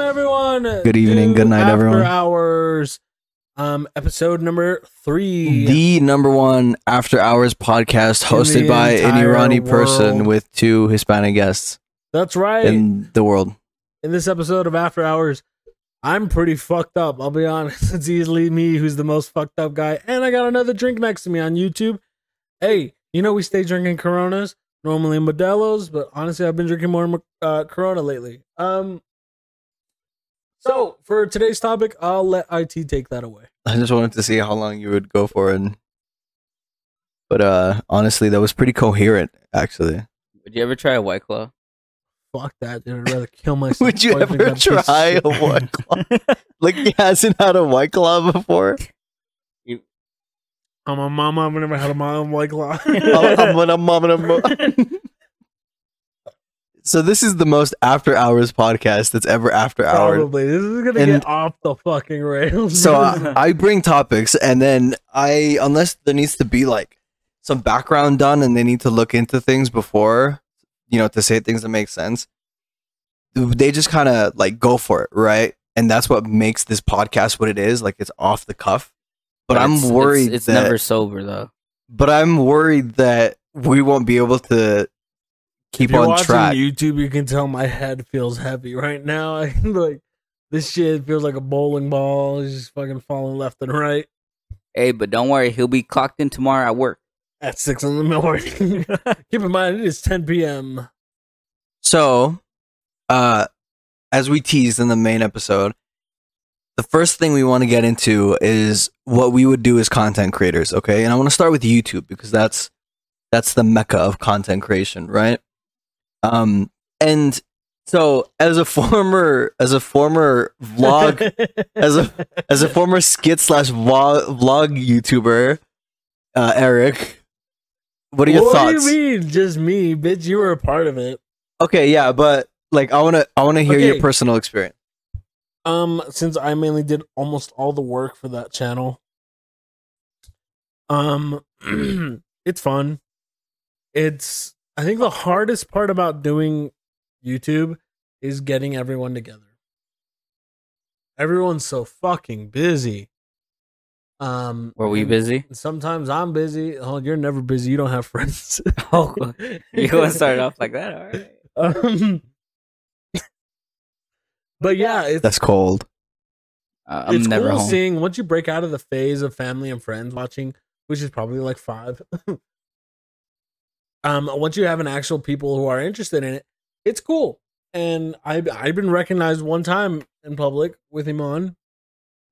everyone. Good evening, to good night, After everyone. Hours, um, episode number three. The number one after hours podcast In hosted the by an entire Irani person world. with two Hispanic guests That's right. In-, in the world. this episode of After Hours, I'm pretty fucked up. I'll be honest. It's easily me who's the most fucked up guy, and I got another drink next to me on YouTube. Hey, you know we stay drinking Coronas, normally Modelo's, but honestly, I've been drinking more uh, Corona lately. Um. So for today's topic, I'll let it take that away. I just wanted to see how long you would go for and but uh honestly that was pretty coherent actually. Would you ever try a white claw? Fuck that, dude. I'd rather kill myself. Would you before I drink that ever piece of try shit. a white claw? like he hasn't had a white claw before. I'm a mama. I've never had a mom like law. I'm- I'm gonna- I'm gonna- I'm gonna- so this is the most after hours podcast that's ever after hours. Probably. This is gonna And- get off the fucking rails. So uh, I, I bring topics, and then I, unless there needs to be like some background done, and they need to look into things before, you know, to say things that make sense. They just kind of like go for it, right? And that's what makes this podcast what it is. Like it's off the cuff. But, I'm it's- it's- worried. It's, that, never sober though. But I'm worried that we won't be able to if keep you're on watching track. YouTube, you can tell my head feels heavy right now. I like this shit feels like a bowling ball. It's just fucking falling left and right Hey, but don't worry, he'll be clocked in tomorrow at work. at six in the morning. Keep in mind it is 10 p.m. So, uh, as we teased in the main episode, the first thing we want to get into is what we would do as content creators. Okay, and I want to start with YouTube because that's that's the mecca of content creation, right? Um, and so as a former as a former vlog as a as a former skit slash vlog, vlog YouTuber, uh, Eric, what are your what thoughts? do you mean? Just me, bitch. You were a part of it. Okay, yeah, but like I want to I want to hear your Okay. personal experience. Um, since I mainly did almost all the work for that channel. Um it's fun. It's I think the hardest part about doing YouTube is getting everyone together. Everyone's so fucking busy. Um Were we and- busy? and Sometimes I'm busy. Oh, you're never busy. You don't have friends. Oh, you want to start off like that? All right. Um, but yeah, it's That's cold. Uh, I'm it's never cool home. seeing once you break out of the phase of family and friends watching, which is probably like five. um, once you have an actual people who are interested in it, it's cool. And I I've been recognized one time in public with him on,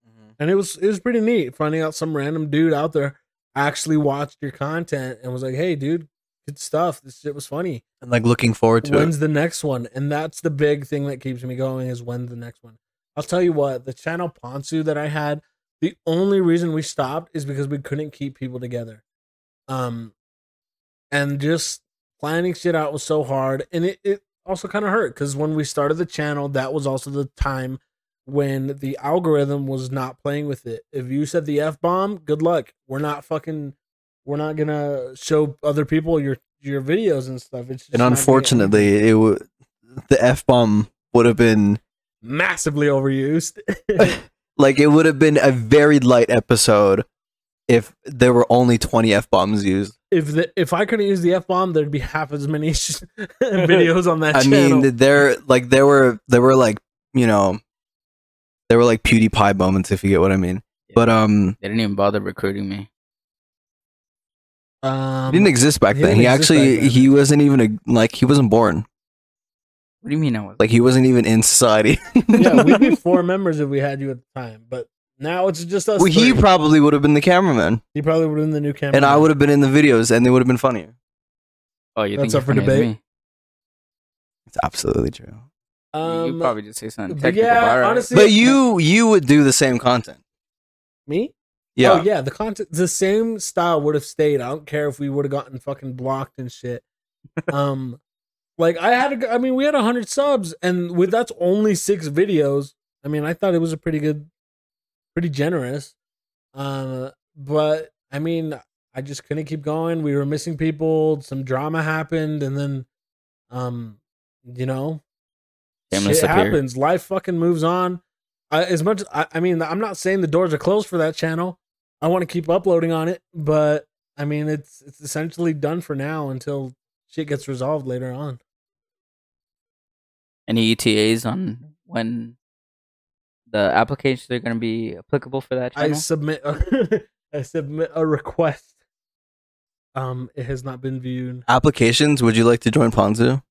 Mm-hmm. and it was it was pretty neat finding out some random dude out there actually watched your content and was like, "Hey, dude, good stuff. This shit was funny." And like looking forward to when's it. the next one and that's the big thing that keeps me going is when's the next one i'll tell you what the channel ponsu that i had the only reason we stopped is because we couldn't keep people together um and just planning shit out was so hard and it, it also kind of hurt because when we started the channel that was also the time when the algorithm was not playing with it if you said the f-bomb good luck we're not fucking we're not gonna show other people your your videos and stuff it's just And not gonna- unfortunately, it w- the f bomb would have been massively overused. like it would have been a very light episode if there were only twenty f bombs used. if the, if I couldn't use the f bomb, there'd be half as many sh- videos on that I channel. mean, there like there were there were like you know there were like PewDiePie moments if you get what I mean. But um, They didn't even bother recruiting me. he um, didn't exist back he then. didn't He exist actually back then. he wasn't even a, like he wasn't born. What do you mean I was? Like he wasn't even in society. yeah, we'd be four members if we had you at the time, but now it's just us. Well, he three. probably would have been the cameraman, he probably would have been the new camera, and I would have been in the videos, and they would have been funnier. oh, you That's think up for you're funnier than debate. me? It's absolutely true. you Um, you'd probably just say something but technical. yeah, but all right. honestly- But you you would do the same content. me. Yeah. Oh yeah, the content, the same style would have stayed. I don't care if we would have gotten fucking blocked and shit. um, like I had, a g I mean, we had hundred subs, and with that's only six videos. I mean, I thought it was a pretty good, pretty generous. Um, but I mean, I just couldn't keep going. We were missing people. Some drama happened, and then, um, you know, Cameras shit appear. happens. Life fucking moves on. I, as much I, I mean, I'm not saying the doors are closed for that channel. I want to keep uploading on it, but I mean, it's it's essentially done for now until shit gets resolved later on. Any ETAs on when the applications are going to be applicable for that I channel? submit a, I submit a request. Um, it has not been viewed. Applications? Would you like to join Ponzu?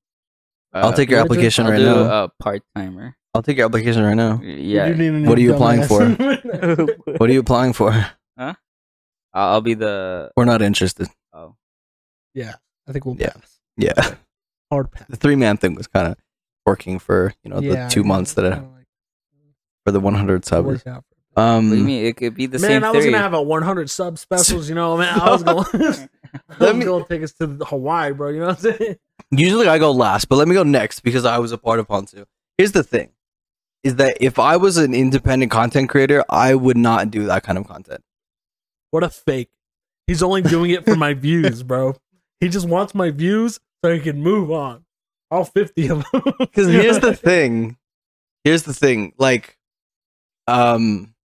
I'll Uh, take your I'll do- application I'll right do now. a part timer. I'll take your application right now. You Yeah, need a new What are you applying dumbass. What are you applying for? I'll I'll be the. We're not interested. Oh, yeah, I think we'll Yeah. pass. Yeah, Hard pass. the three man thing was kind of working for you know Yeah, the two I months that kinda I, like for the 100 subbers. worked out. what do you Um, mean? It could be the man, same I was theory. gonna have a 100 sub specials. You know, man, I was gonna, I was Let me- gonna take us to Hawaii, bro. You know what I'm saying? usually I go last, but let me go next because I was a part of Ponzu. Here's the thing: is that if I was an independent content creator, I would not do that kind of content. What a fake! He's only doing it for my views, bro. He just wants my views so he can move on. All 50 of them. Because here's the thing. Here's the thing. Like, um,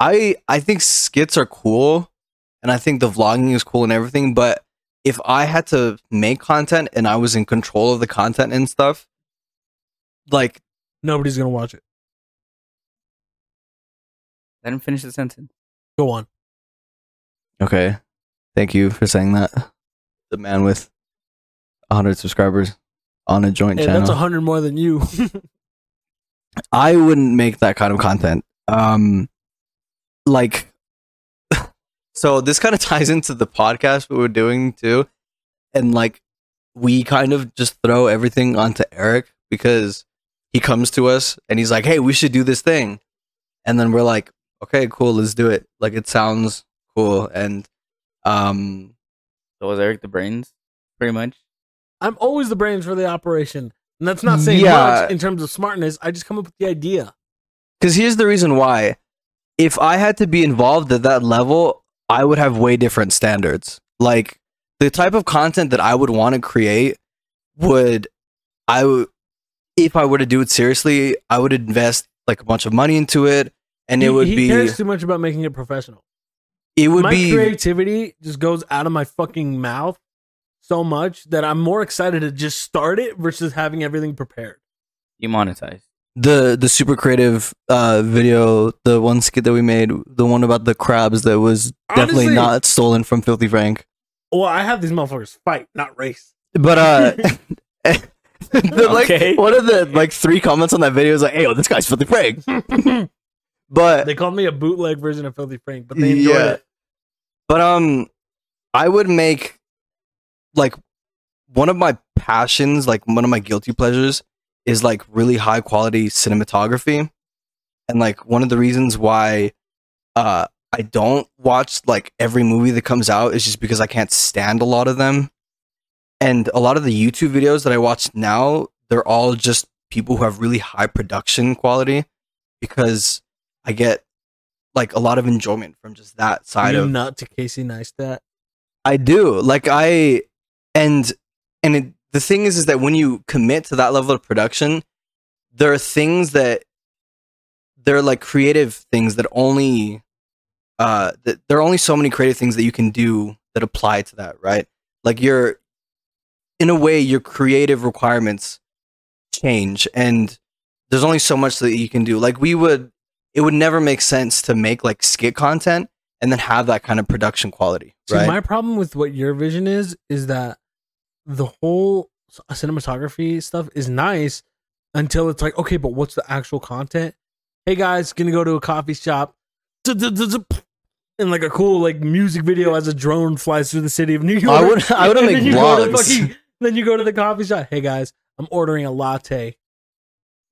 I I think skits are cool, and I think the vlogging is cool and everything. But if I had to make content and I was in control of the content and stuff, like Nobody's gonna watch it. Let him finish the sentence. Go on. okay, thank you for saying that. The man with 100 subscribers on a joint Hey, channel. that's 100 more than you. I wouldn't make that kind of content. Um, like, so this kind of ties into the podcast we were doing too, and like, we kind of just throw everything onto Eric because he comes to us and he's like, "Hey, we should do this thing," and then we're like, "Okay, cool, let's do it." Like, it sounds cool, and um, So was Eric the brains, pretty much. I'm always the brains for the operation. And that's not saying Yeah. much in terms of smartness. I just come up with the idea. Because here's the reason why. If I had to be involved at that level, I would have way different standards. Like the type of content that I would want to create would I would if I were to do it seriously, I would invest like a bunch of money into it and it He- would he be cares too much about making it professional. it would my be creativity just goes out of my fucking mouth so much that I'm more excited to just start it versus having everything prepared. You monetized. the the super creative uh video, the one skit that we made, the one about the crabs that was definitely Honestly- not stolen from Filthy Frank. Well, I have these motherfuckers fight, not race. But uh, the, Okay. like one of the like three comments on that video is like, "Hey, oh, this guy's filthy Frank." but They called me a bootleg version of Filthy Frank, but they enjoyed Yeah. it. but um, I would make like one of my passions, like one of my guilty pleasures, is like really high quality cinematography, and like one of the reasons why uh I don't watch like every movie that comes out is just because I can't stand a lot of them, and a lot of the YouTube videos that I watch now, they're all just people who have really high production quality, because I get like a lot of enjoyment from just that side You of nut to Casey Neistat. I do. Like I and and it, the thing is is that when you commit to that level of production, there are things that they're like creative things that only uh that there are only so many creative things that you can do that apply to that, right? Like your in a way your creative requirements change and there's only so much that you can do. Like we would it would never make sense to make like skit content and then have that kind of production quality, See, right? my problem with what your vision is is that the whole s- cinematography stuff is nice until it's like, okay, but what's the actual content? Hey guys, gonna go to a coffee shop, and like a cool like music video as a drone flies through the city of New York. I would I would And make then you go to the vlogs. fucking- then you go to the coffee shop. Hey guys, I'm ordering a latte.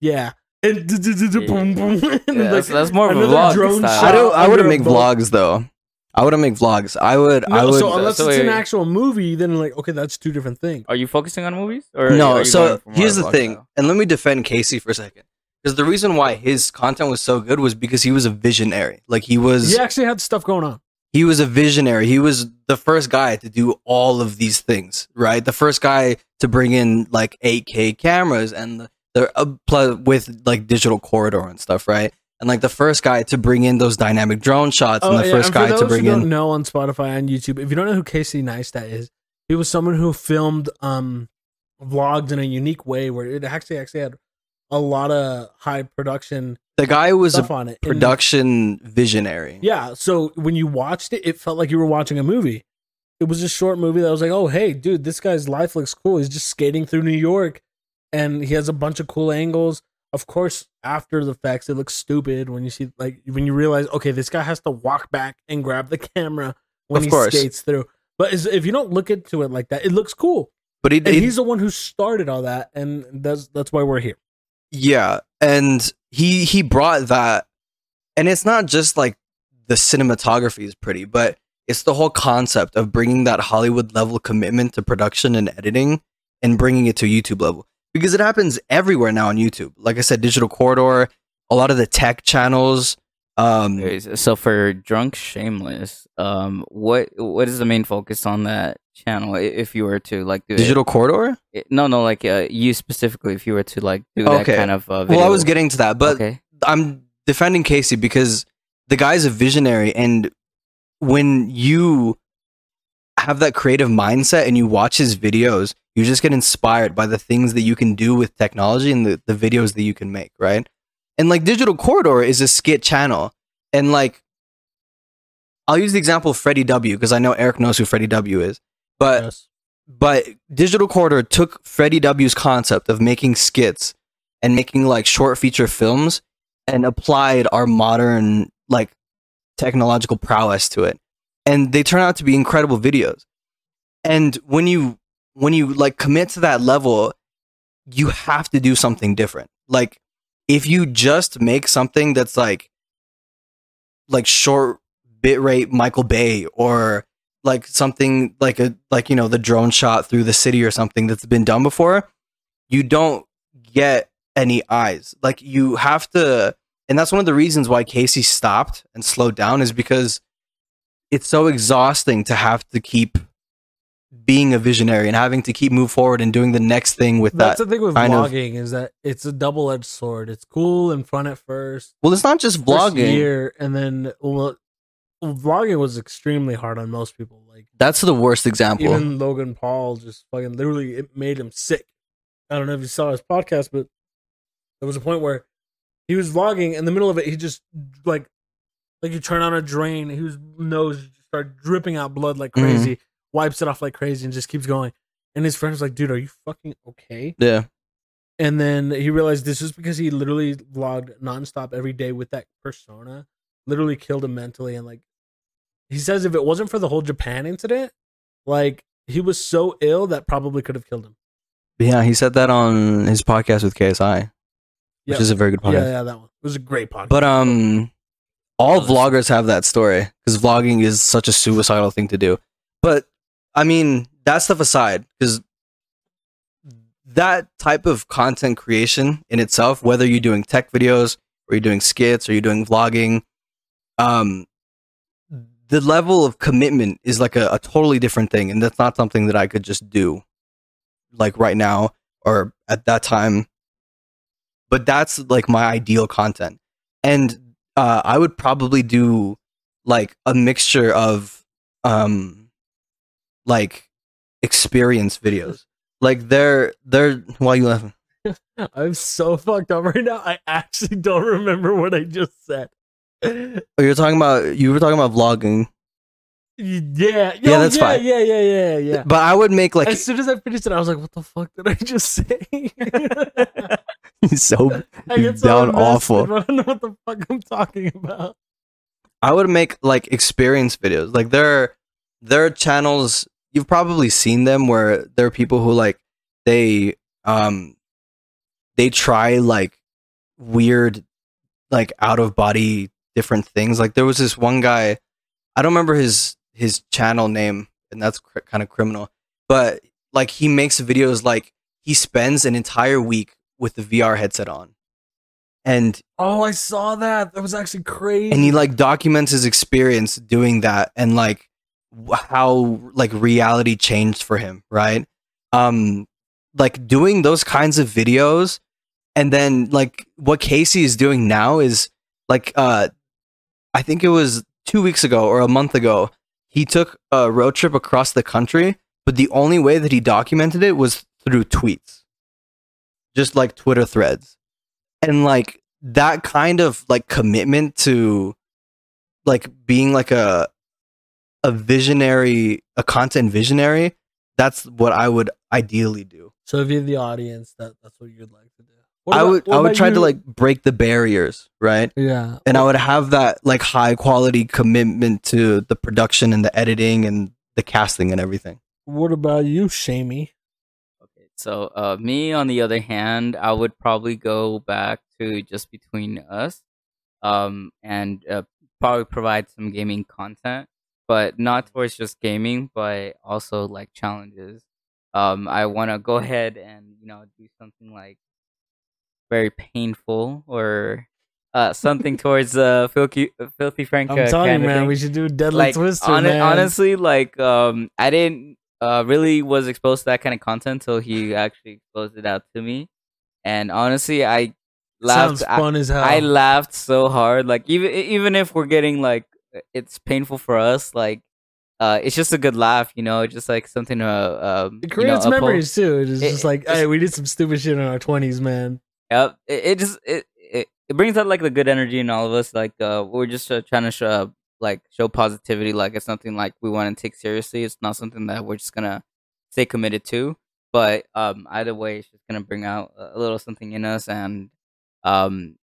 Yeah. And, boom, boom. And Yeah, that's, like, that's more of a another vlog drone style. I don't I under wouldn't a make bowl. vlogs though. I wouldn't make vlogs. I would I No, would so unless so it's an wait. actual movie, then like okay, that's two different things. Are you focusing on movies? Or are No, you going so for more here's the vlog thing. style? And let me defend Casey for a second. Because the reason why his content was so good was because he was a visionary. Like he was He actually had stuff going on. he was a visionary. He was the first guy to do all of these things, right? The first guy to bring in like 8K cameras and the, the uh, pl- with like digital corridor and stuff, right? and like the first guy to bring in those dynamic drone shots, and the first Oh, for guy those to bring who don't in. know on Spotify on YouTube, if you don't know who Casey Neistat is, he was someone who filmed um vlogs in a unique way where it actually actually had a lot of high production The guy was stuff a on it. And- production visionary. yeah, so when you watched it, it felt like you were watching a movie. It was a short movie that was like, oh hey, dude, this guy's life looks cool. He's just skating through New York, and he has a bunch of cool angles. Of course, after the facts, it looks stupid when you see like when you realize, okay, this guy has to walk back and grab the camera when Of he course. skates through. But is- if you don't look into it like that, it looks cool. But he, And he- he's the one who started all that, and that's that's why we're here. yeah, and he he brought that, and it's not just like the cinematography is pretty, but it's the whole concept of bringing that Hollywood level commitment to production and editing, and bringing it to YouTube level because it happens everywhere now on YouTube. Like I said, Digital Corridor, a lot of the tech channels. Um, Anyways, So for Drunk Shameless, um, what what is the main focus on that channel? i- If you were to like do it- Digital Corridor. it- no, no, like uh, you specifically, if you were to like do that Okay. kind of uh, video. Well, I was getting to that, but okay, I'm defending Casey because the guy's a visionary, and when you have that creative mindset and you watch his videos, you just get inspired by the things that you can do with technology and the, the videos that you can make, right? And like Digital Corridor is a skit channel, and like I'll use the example of Freddie W because I know Eric knows who Freddie W is, but Yes. but Digital Corridor took Freddie W's concept of making skits and making like short feature films and applied our modern like technological prowess to it. And they turn out to be incredible videos. And when you when you like commit to that level, you have to do something different. Like if you just make something that's like like short bitrate Michael Bay or like something like a like you know the drone shot through the city or something that's been done before you don't get any eyes like you have to and that's one of the reasons why casey stopped and slowed down is because it's so exhausting to have to keep being a visionary and having to keep move forward and doing the next thing with that That's the thing with kind of- vlogging is that it's a double edged sword. It's cool and fun at first, well it's not just first vlogging year, and then well, vlogging was extremely hard on most people. Like that's the worst example even Logan Paul just fucking literally it made him sick. I don't know if you saw his podcast, but there was a point where he was vlogging in the middle of it. He just like like you turn on a drain, his nose just started dripping out blood like Mhm. crazy. Wipes it off like crazy and just keeps going. And his friend's like, "Dude, are you fucking okay?" yeah And then he realized this is because he literally vlogged nonstop every day with that persona. Literally killed him mentally. And like, he says if it wasn't for the whole Japan incident, like, he was so ill that probably could have killed him. yeah he said that on his podcast with ksi which Yeah. is a very good podcast Yeah, yeah, that one. It was a great podcast. But um, all Oh, that's- vloggers have that story because vlogging is such a suicidal thing to do. But I mean, that stuff aside, because that type of content creation in itself, whether you're doing tech videos or you're doing skits or you're doing vlogging, um, the level of commitment is like a, a totally different thing, and that's not something that I could just do, like right now or at that time. But that's like my ideal content and uh, I would probably do like a mixture of um like experience videos. Like they're they're why you laughing? I'm so fucked up right now. I actually don't remember what I just said. Y- Oh, you're talking about you were talking about vlogging, yeah. Yeah, Oh, that's yeah, fine. Yeah, yeah, yeah, yeah. but I would make like as soon as I finished it, I was like, what the fuck did I just say? so. I You get so down invested, awful. but I don't know what the fuck I'm talking about. I would make like experience videos. Like there there are channels you've probably seen them where there are people who like they um they try like weird like out of body different things like there was this one guy i don't remember his his channel name and that's cr- kind of criminal but like he makes videos like he spends an entire week with the vr headset on and Oh, I saw that. That was actually crazy. and he like documents his experience doing that and like wh- how like reality changed for him right um like doing those kinds of videos and then like what casey is doing now is like uh I think it was 2 weeks ago or a month ago, he took a road trip across the country, but the only way that he documented it was through tweets. Just like Twitter threads. And like that kind of like commitment to like being like a a visionary, a content visionary, that's what I would ideally do. So if you're the audience, that that's what you'd like to do. What I about- would what I would about try to you? like break the barriers, right? yeah, And I would have that like high quality commitment to the production and the editing and the casting and everything. What about you, Shamey? Okay, so uh, me on the other hand, I would probably go back to just between us, um, and uh, probably provide some gaming content, but not towards just gaming, but also like challenges. Um, I want to go ahead and you know do something like very painful or uh, something towards uh, filthy filthy Frank. I'm uh, telling you, kinda man, thing we should do Deadly like Twister, hone- man. honestly like um i didn't uh really was exposed to that kind of content until he actually exposed it out to me and honestly i laughed sounds I, fun as hell. I laughed so hard like even e-, even if we're getting like it's painful for us like uh it's just a good laugh you know just like something uh um it you know, creates uphold- memories too. It's It- just like, it's- hey, we did some stupid shit in our twenties, man. Yep. It, it just it, it it brings out like the good energy in all of us. Like uh, we're just uh, trying to show like show positivity. Like it's something like we want to take seriously. It's not something that we're just gonna stay committed to. But um, either way, it's just gonna bring out a a little something in us, and um,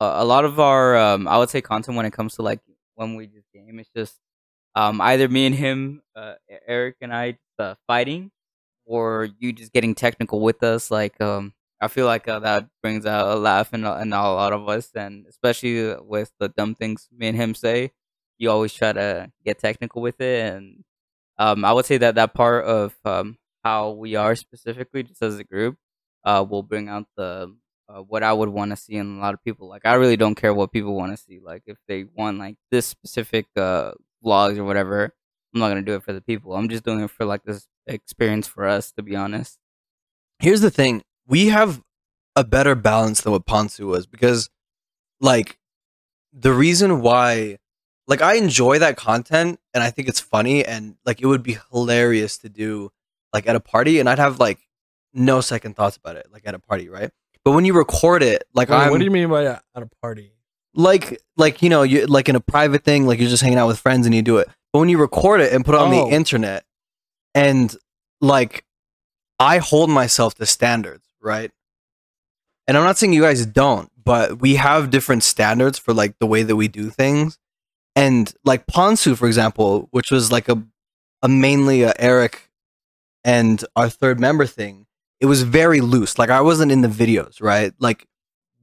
a, a lot of our um, I would say content when it comes to like when we just game, it's just um either me and him, uh, E- Eric and I uh, fighting, or you just getting technical with us, like um. I feel like uh, that brings out a laugh in, in a lot of us, and especially with the dumb things me and him say. You always try to get technical with it, and um, I would say that that part of um, how we are specifically, just as a group, uh, will bring out the uh, what I would want to see in a lot of people. Like I really don't care what people want to see. Like if they want like this specific uh, vlogs or whatever, I'm not gonna do it for the people. I'm just doing it for like this experience for us, to be honest. Here's the thing. We have a better balance than what Ponsu was because like the reason why like I enjoy that content and I think it's funny and like it would be hilarious to do like at a party and I'd have like no second thoughts about it like at a party, right? But when you record it, like Wait, I'm what do you mean by at a party? like like you know you like in a private thing like you're just hanging out with friends and you do it but when you record it and put it on Oh. the internet and like i hold myself to standards right and i'm not saying you guys don't but we have different standards for like the way that we do things and like ponsu for example which was like a, a mainly a eric and our third member thing it was very loose like i wasn't in the videos right like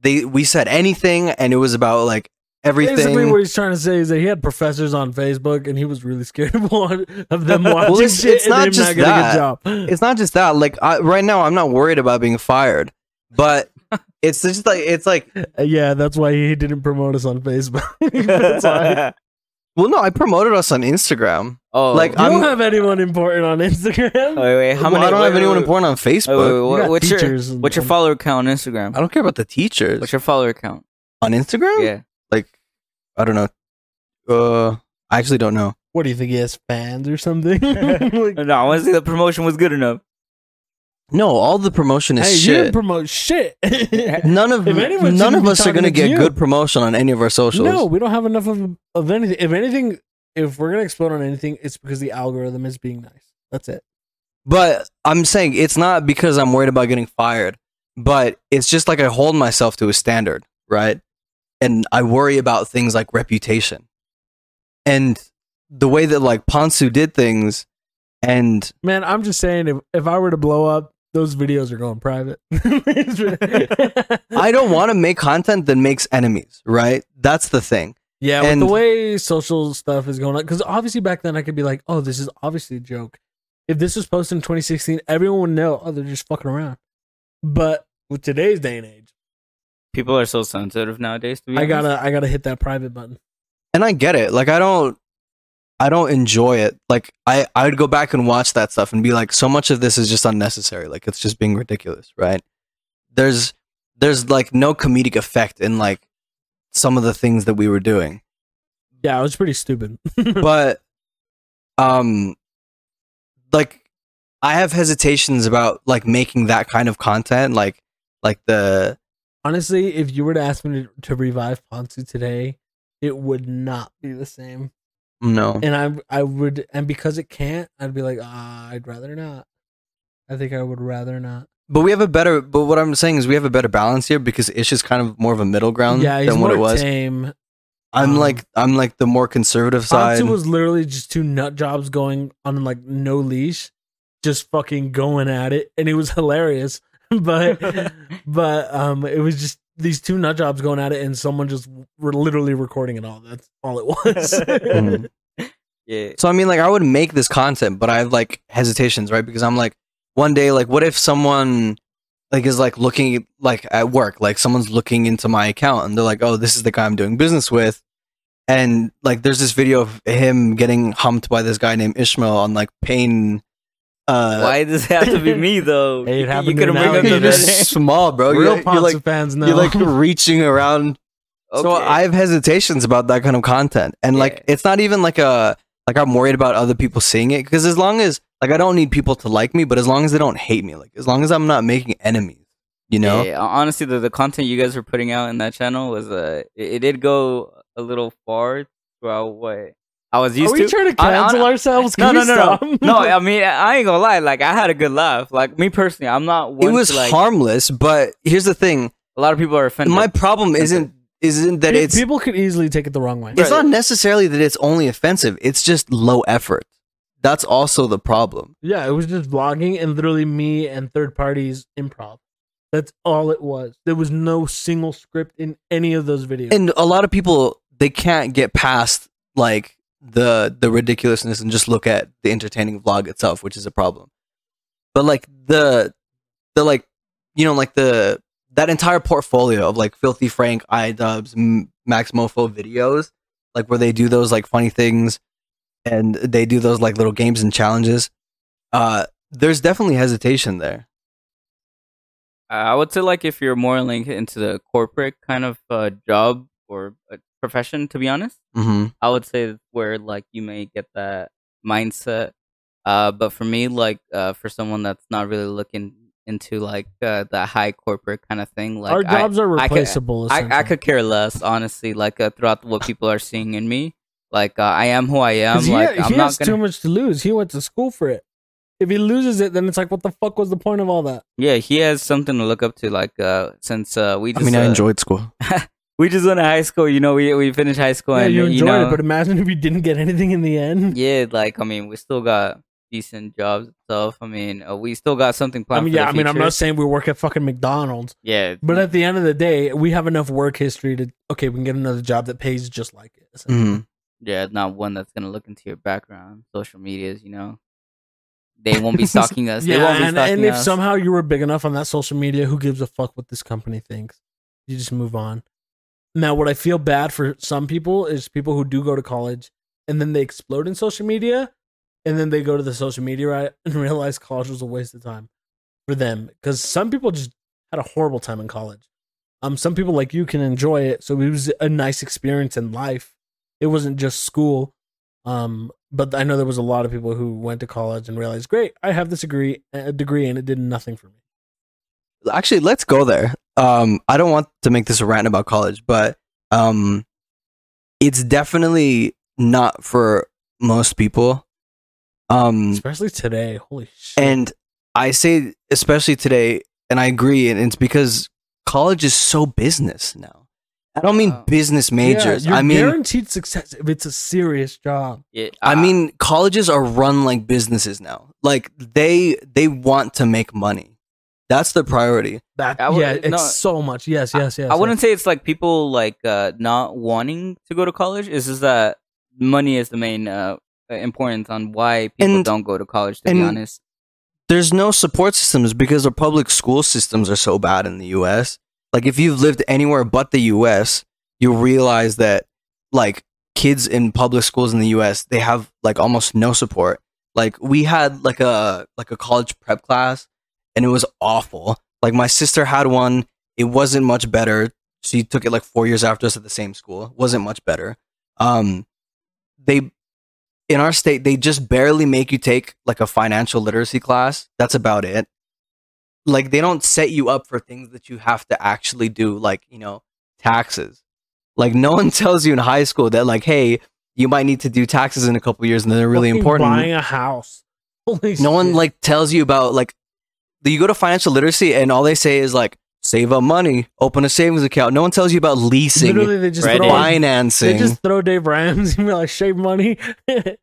they we said anything and it was about like everything Basically, what he's trying to say is that he had professors on Facebook, and he was really scared of, one, of them watching it's- shit it's and not him just not getting that. a job. it's not just that like I, right now i'm not worried about being fired but it's just like it's like Uh, yeah, that's why he didn't promote us on Facebook. that's why. well no i promoted us on instagram Oh, Like, You don't I'm- have anyone important on Instagram. Wait, wait, how Well, many? i don't wait, have wait, anyone wait, important on facebook You Wait, wait, wait, got Uh, what's your teachers and- what's your and- follower count on i Instagram? don't care about the teachers What's your follower count? on instagram Yeah, like i don't know uh i actually don't know What do you think E he has fans or something? Like, no, I want to see the promotion was good enough. no all the promotion is hey, you shit didn't promote shit. none of If anyone none shouldn't of be us are talking gonna to get you. good promotion on any of our socials no, we don't have enough of of anything. If anything, if we're gonna explode on anything, it's because the algorithm is being nice. That's it. But I'm saying it's not because I'm worried about getting fired, but it's just like I hold myself to a standard, right? And I worry about things like reputation. And the way that like Ponsu did things and Man, I'm just saying, if if I were to blow up, those videos are going private. I I don't want to make content that makes enemies, right? That's the thing. Yeah, with the And- way social stuff is going on, because obviously back then I could be like, oh, this is obviously a joke. If this was posted in 2016, everyone would know, oh, they're just fucking around. But with today's day and age, People are so sensitive nowadays. To be I honest. gotta, I gotta hit that private button. And I get it. Like I don't I don't enjoy it. Like I I would go back and watch that stuff and be like so much of this is just unnecessary. Like it's just being ridiculous, right? There's there's like no comedic effect in like some of the things that we were doing. Yeah, it was pretty stupid. but um like I have hesitations about like making that kind of content like like the Honestly, if you were to ask me to, to revive Ponsu today, it would not be the same. no. And I I would and because it can't, I'd be like, ah, I'd rather not. I think I would rather not. But we have a better but what I'm saying is we have a better balance here because Ish is kind of more of a middle ground yeah, he's than more what it was. tame. I'm um, like I'm like the more conservative side. Ponsu was literally just two nut jobs going on like no leash, just fucking going at it, and it was hilarious. but but um, it was just these two nut jobs going at it, and someone just were literally recording it all. That's all it was. Mhm. Yeah. So I mean, like, I would make this content, but I have like hesitations, right? Because I'm like, one day, like, what if someone like is like looking like at work, like someone's looking into my account and they're like, oh, this is the guy I'm doing business with, and like, there's this video of him getting humped by this guy named Ishmael on like pain. Uh, Why does it have to be me though? Hey, it You- happened you to couldn't me bring now up and the You're again. better just small, Oh, bro. Real You're, Ponsu you're like fans know. you're like reaching around name. so Okay. I have hesitations about that kind of content, and like Yeah. it's not even like a like I'm worried about other people seeing it because as long as like I don't need people to like me, but as long as they don't hate me, like as long as I'm not making enemies, you know. Yeah, yeah. honestly, the, the content you guys were putting out in that channel was uh, it, it did go a little far throughout what I was used Are we to. trying to I- I- cancel ourselves? no, Can no, we no, no, stop? no. I mean, I ain't gonna lie. Like, I had a good laugh. Like me personally, I'm not. It One was to, like, harmless, but here's the thing: A lot of people are offended. my problem Okay. isn't isn't that Pe- it's people could easily take it the wrong way. it's not necessarily that it's only offensive; it's just low effort. That's also the problem. Yeah, it was just vlogging and literally me and third parties improv. That's all it was. There was no single script in any of those videos. and a lot of people they can't get past like the the ridiculousness and just look at the entertaining vlog itself which is a problem but like the the like you know like the that entire portfolio of like filthy frank idubs M- max mofo videos like where they do those like funny things and they do those like little games and challenges uh there's definitely hesitation there Uh, I would say like if you're more linked into the corporate kind of uh, job or uh, profession, to be honest, mm-hmm. I would say where like you may get that mindset. Uh, but for me, like uh, for someone that's not really looking into like uh, that high corporate kind of thing, like Our I- jobs are I could- replaceable. I, I essentially. could care less, honestly. Like uh, throughout what people are seeing in me, like uh, I am who I 'Cause am. he, Like he I'm has not gonna. too much to lose. He went to school for it. If he loses it, then it's like, what the fuck was the point of all that? yeah, he has something to look up to. Like uh, since uh, we i just mean i uh, enjoyed school we just went to high school. You know, we we finished high school yeah, and you uh, enjoyed know, it, but imagine if you didn't get anything in the end. yeah, like I mean, we still got decent jobs and stuff. I mean, uh, we still got something I planned. mean, for yeah, the I mean, I'm future. not saying we work at fucking McDonald's, Yeah, but at the end of the day, we have enough work history to okay, we can get another job that pays just like it. essentially. Mm-hmm. hmm yeah, not one that's gonna look into your background, social medias. You know, they won't be stalking us. they won't be and, stalking and if us. somehow you were big enough on that social media, who gives a fuck what this company thinks? You just move on. Now, what I feel bad for some people is people who do go to college and then they explode in social media, and then they go to the social media route and realize college was a waste of time for them. Because some people just had a horrible time in college. Um, some people like you can enjoy it, so it was a nice experience in life. It wasn't just school. Um, but I know there was a lot of people who went to college and realized, great, I have this degree, a degree, and it did nothing for me. actually let's go there um i don't want to make this a rant about college but um it's definitely not for most people um Especially today, holy shit! and i say especially today and i agree and it's because college is so business now i don't mean Wow. business majors Yeah, you're i mean guaranteed success if it's a serious job. Yeah, I uh, mean, colleges are run like businesses now. Like they they want to make money. That's the priority. That I would- yeah, it's no. so much. Yes, yes, yes. I wouldn't say it's like people like uh, not wanting to go to college. It's just that money is the main uh, importance on why people And- don't go to college. To be and- honest, there's no support systems because the public school systems are so bad in the US. Like if you've lived anywhere but the US, you realize that like kids in public schools in the US, they have like almost no support. Like we had like a like a college prep class and it was awful. Like my sister had one, it wasn't much better. She took it like four years after us at the same school. Wasn't much better. Um, they in our state they just barely make you take like a financial literacy class. That's about it. Like they don't set you up for things that you have to actually do, like you know taxes. Like no one tells you in high school that like hey you might need to do taxes in a couple years and they're really Fucking important Buying a house. Holy no one shit. like tells you about like you go to financial literacy and all they say is like save up money open a savings account no one tells you about leasing literally they just Reddit. throw, financing they just throw Dave Rams and be like shave money, and,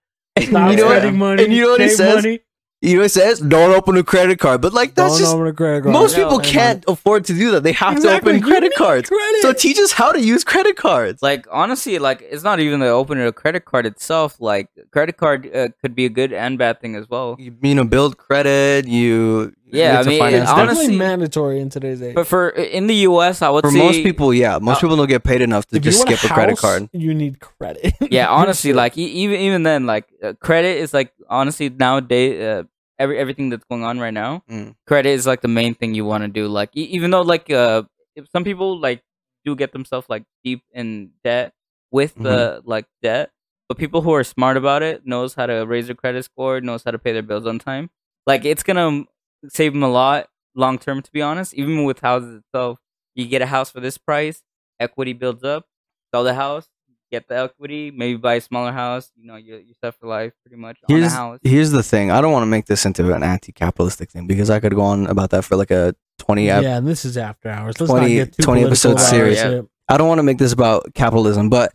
stop you know what, spending money, and you know what he save says? money. you know what it says don't open a credit card but like that's Don't just open a credit card. most No, people and, can't afford to do that they have Exactly, to you open credit need cards credit. so teach us how to use credit cards Like honestly, like it's not even the opening of credit card itself. Like credit card uh, could be a good and bad thing as well. you, you know build credit you Yeah, need I to mean, it's finance things. definitely honestly- mandatory in today's age. But for in the U.S., I would for say most people yeah most uh, people don't get paid enough to If you just want skip a credit house, card You need credit. yeah honestly like e- even even then like uh, credit is like honestly nowadays uh, every everything that's going on right now Mm. credit is like the main thing you want to do like e- even though like uh if some people like do get themselves like deep in debt with the like debt but people who are smart about it knows how to raise their credit score knows how to pay their bills on time like it's gonna um, save them a lot long term to be honest even with houses itself you get a house for this price equity builds up sell the house get the equity, maybe buy a smaller house. You know, you're, you're set for life pretty much on a Here's, house. here's the thing. I don't want to make this into an anti-capitalistic thing because I could go on about that for like a 20 ep- Yeah, and this is after hours. Let's 20 not get too 20 episode political about series. this Yeah. shit. I don't want to make this about capitalism, but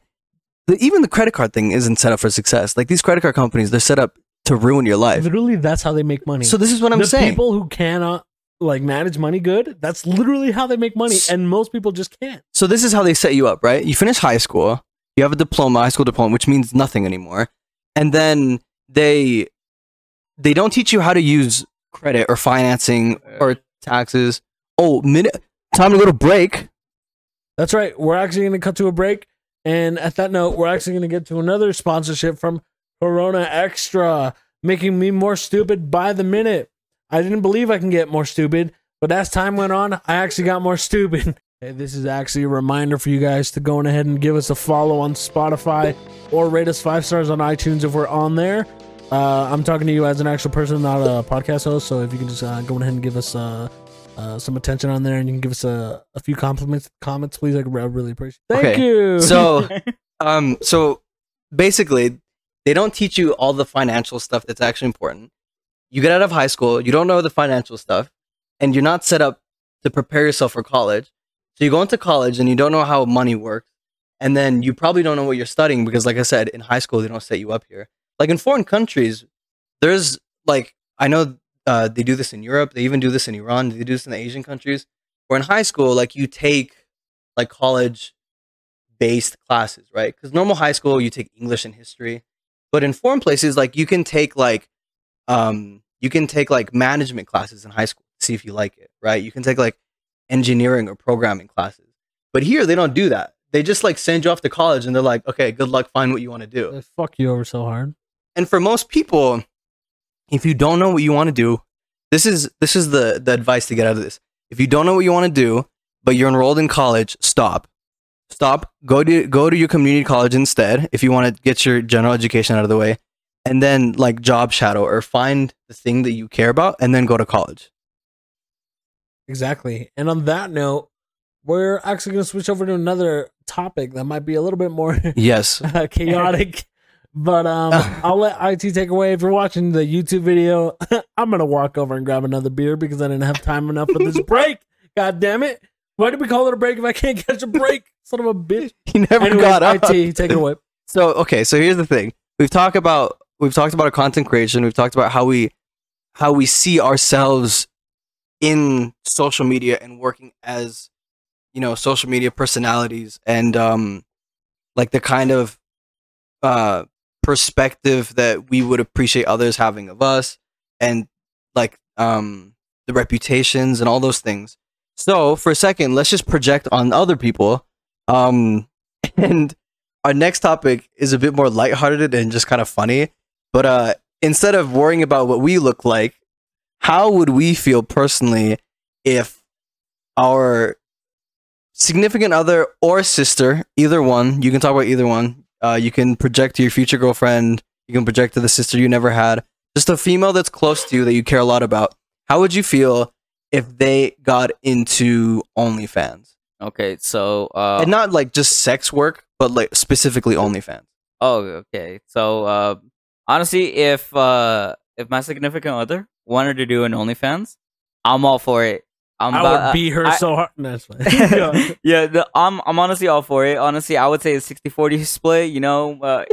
the, even the credit card thing isn't set up for success. Like these credit card companies, they're set up to ruin your life. Literally, that's how they make money. So this is what I'm the saying. people who cannot like manage money good, that's literally how they make money, S- and most people just can't. so this is how they set you up, right? You finish high school, you have a diploma, high school diploma, which means nothing anymore. And then they they don't teach you how to use credit or financing or taxes. Oh, minute time to go to break. That's right. We're actually going to cut to a break. And at that note, we're actually going to get to another sponsorship from Corona Extra, making me more stupid by the minute. I didn't believe I can get more stupid, but as time went on, I actually got more stupid. Hey, this is actually a reminder for you guys to go on ahead and give us a follow on Spotify or rate us five stars on iTunes if we're on there. Uh, I'm talking to you as an actual person, not a podcast host. So if you can just uh, go ahead and give us uh, uh, some attention on there, and you can give us a, a few compliments, comments, please. I would- I really appreciate. It. Thank Okay. you. So, um, so basically, they don't teach you all the financial stuff that's actually important. You get out of high school, you don't know the financial stuff, and you're not set up to prepare yourself for college. So you go into college and you don't know how money works, and then you probably don't know what you're studying because, like I said, in high school they don't set you up here. Like in foreign countries, there's like I know uh, they do this in Europe, they even do this in Iran, they do this in the Asian countries. Where in high school, like you take like college based classes, right? Because normal high school, you take English and history, but in foreign places, like you can take like, um, you can take like management classes in high school, see if you like it, right? You can take like engineering or programming classes, but here they don't do that. They just like send you off to college and they're like, okay, good luck, find what you want to do. They fuck you over so hard. And for most people, if you don't know what you want to do, this is this is the the advice to get out of this. If you don't know what you want to do, but you're enrolled in college, stop. Stop. Go to go to your community college instead if you want to get your general education out of the way. And then like job shadow or find the thing that you care about and then go to college. Exactly. And on that note, we're actually going to switch over to another topic that might be a little bit more Yes. uh, chaotic. But um, I'll let IT take away. If you're watching the YouTube video, I'm gonna walk over and grab another beer because I didn't have time enough for this break. God damn it! Why did we call it a break if I can't catch a break? Son of a bitch! He never Anyways, got up. IT, take it away. So okay, so here's the thing. We've talked about we've talked about our content creation. We've talked about how we how we see ourselves in social media and working as you know social media personalities and um like the kind of uh perspective that we would appreciate others having of us and like um the reputations and all those things. So for a second, let's just project on other people. Um and our next topic is a bit more lighthearted and just kind of funny. But uh, instead of worrying about what we look like, how would we feel personally if our significant other or sister, either one. You can talk about either one. Uh, you can project to your future girlfriend. You can project to the sister you never had. Just a female that's close to you that you care a lot about. How would you feel if they got into OnlyFans? Okay, so uh, and not like just sex work, but like specifically OnlyFans. Oh, okay. So uh, honestly, if uh, if my significant other wanted to do an OnlyFans, I'm all for it. I'm uh, I about- would beat her I- so hard. No, that's fine. Yeah. yeah, the, I'm I'm honestly all for it. Honestly, I would say a 60-40 split. You know, uh,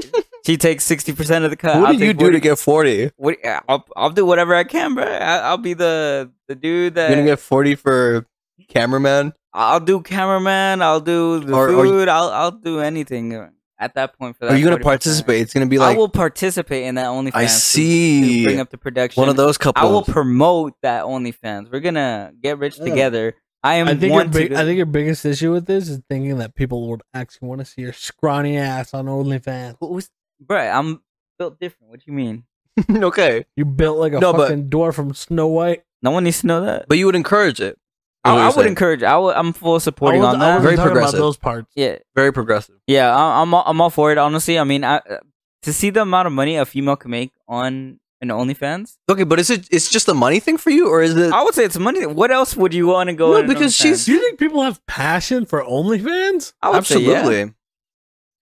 she takes sixty percent of the cut. what I'll do you take do 40 to get forty? What, I'll I'll do whatever I can, bro. I, I'll be the the dude You're gonna that get forty for cameraman. I'll do cameraman. I'll do the Or- or- food. I'll I'll do anything uh, at that point. For that, Are you gonna 40%. participate? It's gonna be like I will participate in that OnlyFans. I to- see. To bring up the production. one of those couples. I will promote that OnlyFans. We're gonna get rich Yeah. together. I am I think, your one to big, go- I think your biggest issue with this is thinking that people would actually want to see your scrawny ass on OnlyFans. Who- who's- bruh, I'm built different. What do you mean? okay, You built like a No, but- fucking door from Snow White. No one needs to know that. but you would encourage it. I, Is what I you're would saying. encourage. I would, I'm full I supporting was, on I that. wasn't Very talking progressive. about those parts. yeah, very progressive. yeah. I, I'm all, I'm all for it. Honestly, I mean, I, uh, to see the amount of money a female can make on an OnlyFans, Okay, but is it? It's just a money thing for you, or is it? I would say it's money. What else would you want to go? No, on an because she's- OnlyFans? Do you think people have passion for OnlyFans? I would say yeah. absolutely,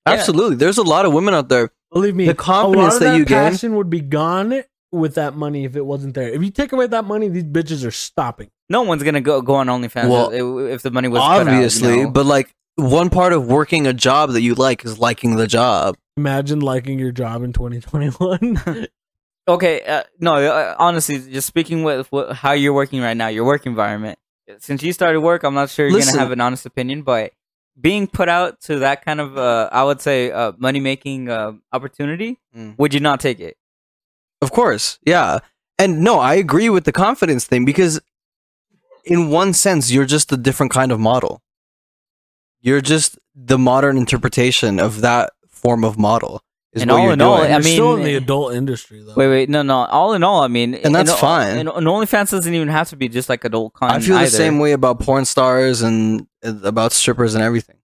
absolutely. There's a lot of women out there. Believe me, The confidence a lot of that you gain- passion would be gone with that money if it wasn't there. If you take away that money, these bitches are stopping. No one's gonna go go on OnlyFans Well, if, if the money was cut out, you obviously, know? but like one part of working a job that you like is liking the job. Imagine liking your job in 2021. okay uh, no uh, honestly just speaking with what, how you're working right now your work environment since you started work i'm not sure you're Listen. gonna have an honest opinion but being put out to that kind of uh, i would say uh, money making uh, opportunity Mm. would you not take it Of course, yeah. And no, I agree with the confidence thing because, in one sense, you're just a different kind of model. You're just the modern interpretation of that form of model. Is And what all you're in all, doing. I You're still mean- in the adult industry though. wait wait no no all in all i mean and that's fine. and, and onlyfans doesn't even have to be just like adult I content feel the either. same way about porn stars and and about strippers and everything.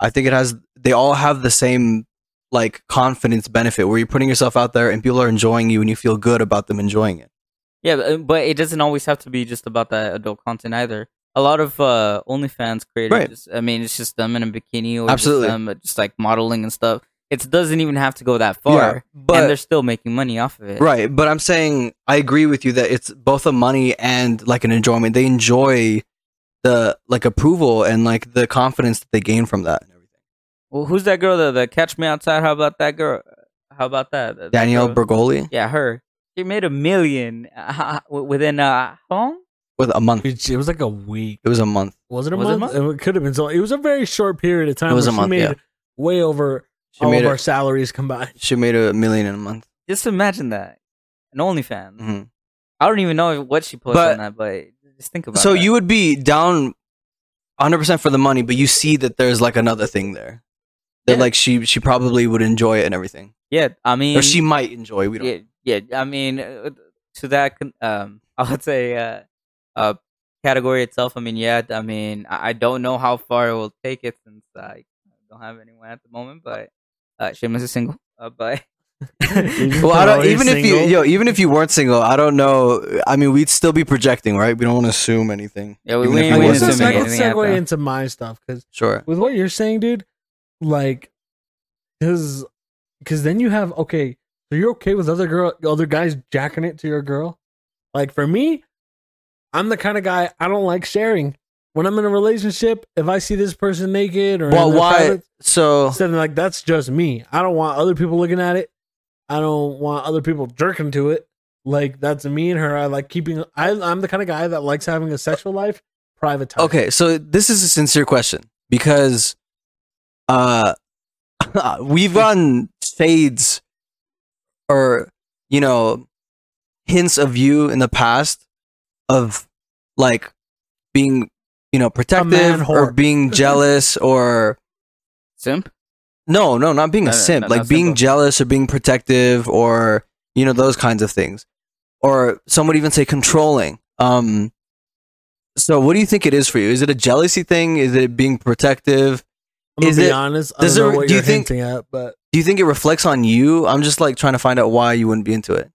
I think it has. They all have the same like confidence benefit where you're putting yourself out there and people are enjoying you and you feel good about them enjoying it. Yeah, but- but it doesn't always have to be just about that adult content either. A lot of uh, OnlyFans creators, Right. just, I mean, it's just them in a bikini or Absolutely. just them uh, just like modeling and stuff. It doesn't even have to go that far, and they're but still making money off of it. right. But I'm saying I agree with you that it's both a money and like an enjoyment. They enjoy the like approval and like the confidence that they gain from that and everything. Well, who's that girl? The, the catch me outside. How about that girl? How about that? That- that Danielle girl- Bergoli yeah, her. She made a million uh, within uh, how long? with a month. It was like a week. It was a month. Was it a Was it a month? It, could have been so. It was a very short period of time. It was where a she month, Made yeah. Way over She all made of our a, salaries combined. she made a million in a month. Just imagine that. An OnlyFans. hmm I don't even know what she posted But- on that, but just think about. so that. you would be down 100% for the money but you see that there's like another thing there that Yeah. like she she probably would enjoy it and everything yeah, I mean, or she might enjoy we don't yeah, yeah. I mean, uh, to that, con- um, I would say, uh, uh, category itself. I mean, yeah. I mean, I I don't know how far it will take it since I don't have anyone at the moment. But uh, Seamus is single. Uh, but well i don't He's even if you single. yo even if you weren't single i don't know i mean we'd still be projecting right we don't want to assume anything Yeah, we- Even we if ain't I winning guess too that's many. like a weren't anything out segue there. into my stuff because sure with what you're saying, dude, like, because because then you have okay, so you're okay with other girl, other guys jacking it to your girl. Like for me, I'm the kind of guy I don't like sharing. When I'm in a relationship, if I see this person naked or in well their why private- so something like that's just me. I don't want other people looking at it. I don't want other people jerking to it. Like that's me and her. I like keeping. I, I'm the kind of guy that likes having a sexual life private time. okay so this is a sincere question because uh we've gotten shades or you know hints of you in the past of like being you know protective or whore. being jealous or Simp. no no not being No, a no, simp no, like not being simple. jealous or being protective or you know those kinds of things or some would even say controlling um So, what do you think it is for you? Is it a jealousy thing? Is it being protective? I'm gonna Is be it- honest. I does don't know it- what do you you're think- hinting at, but Do you think it reflects on you? I'm just like trying to find out why you wouldn't be into it.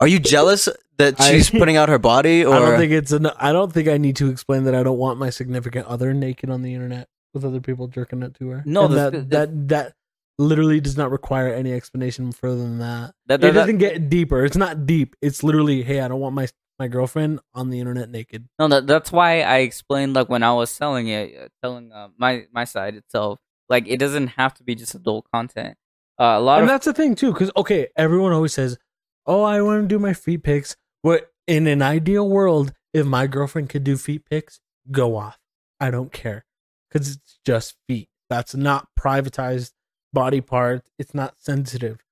Are you jealous that I- she's putting out her body, or I don't think it's an. I don't think I need to explain that I don't want my significant other naked on the internet with other people jerking it to her. No, And the- that the- that that literally does not require any explanation further than that. That, It that, that, doesn't get deeper. It's not deep. It's literally, hey, I don't want my my girlfriend on the internet naked. no, that, that's why I explained like when I was selling it, uh, telling uh, my my side itself, like it doesn't have to be just adult content. Uh, a lot And of that's the thing too, because okay, everyone always says, "Oh, I want to do my feet pics." But in an ideal world, if my girlfriend could do feet pics, go off. I don't care, because it's just feet. That's not privatized body part. It's not sensitive.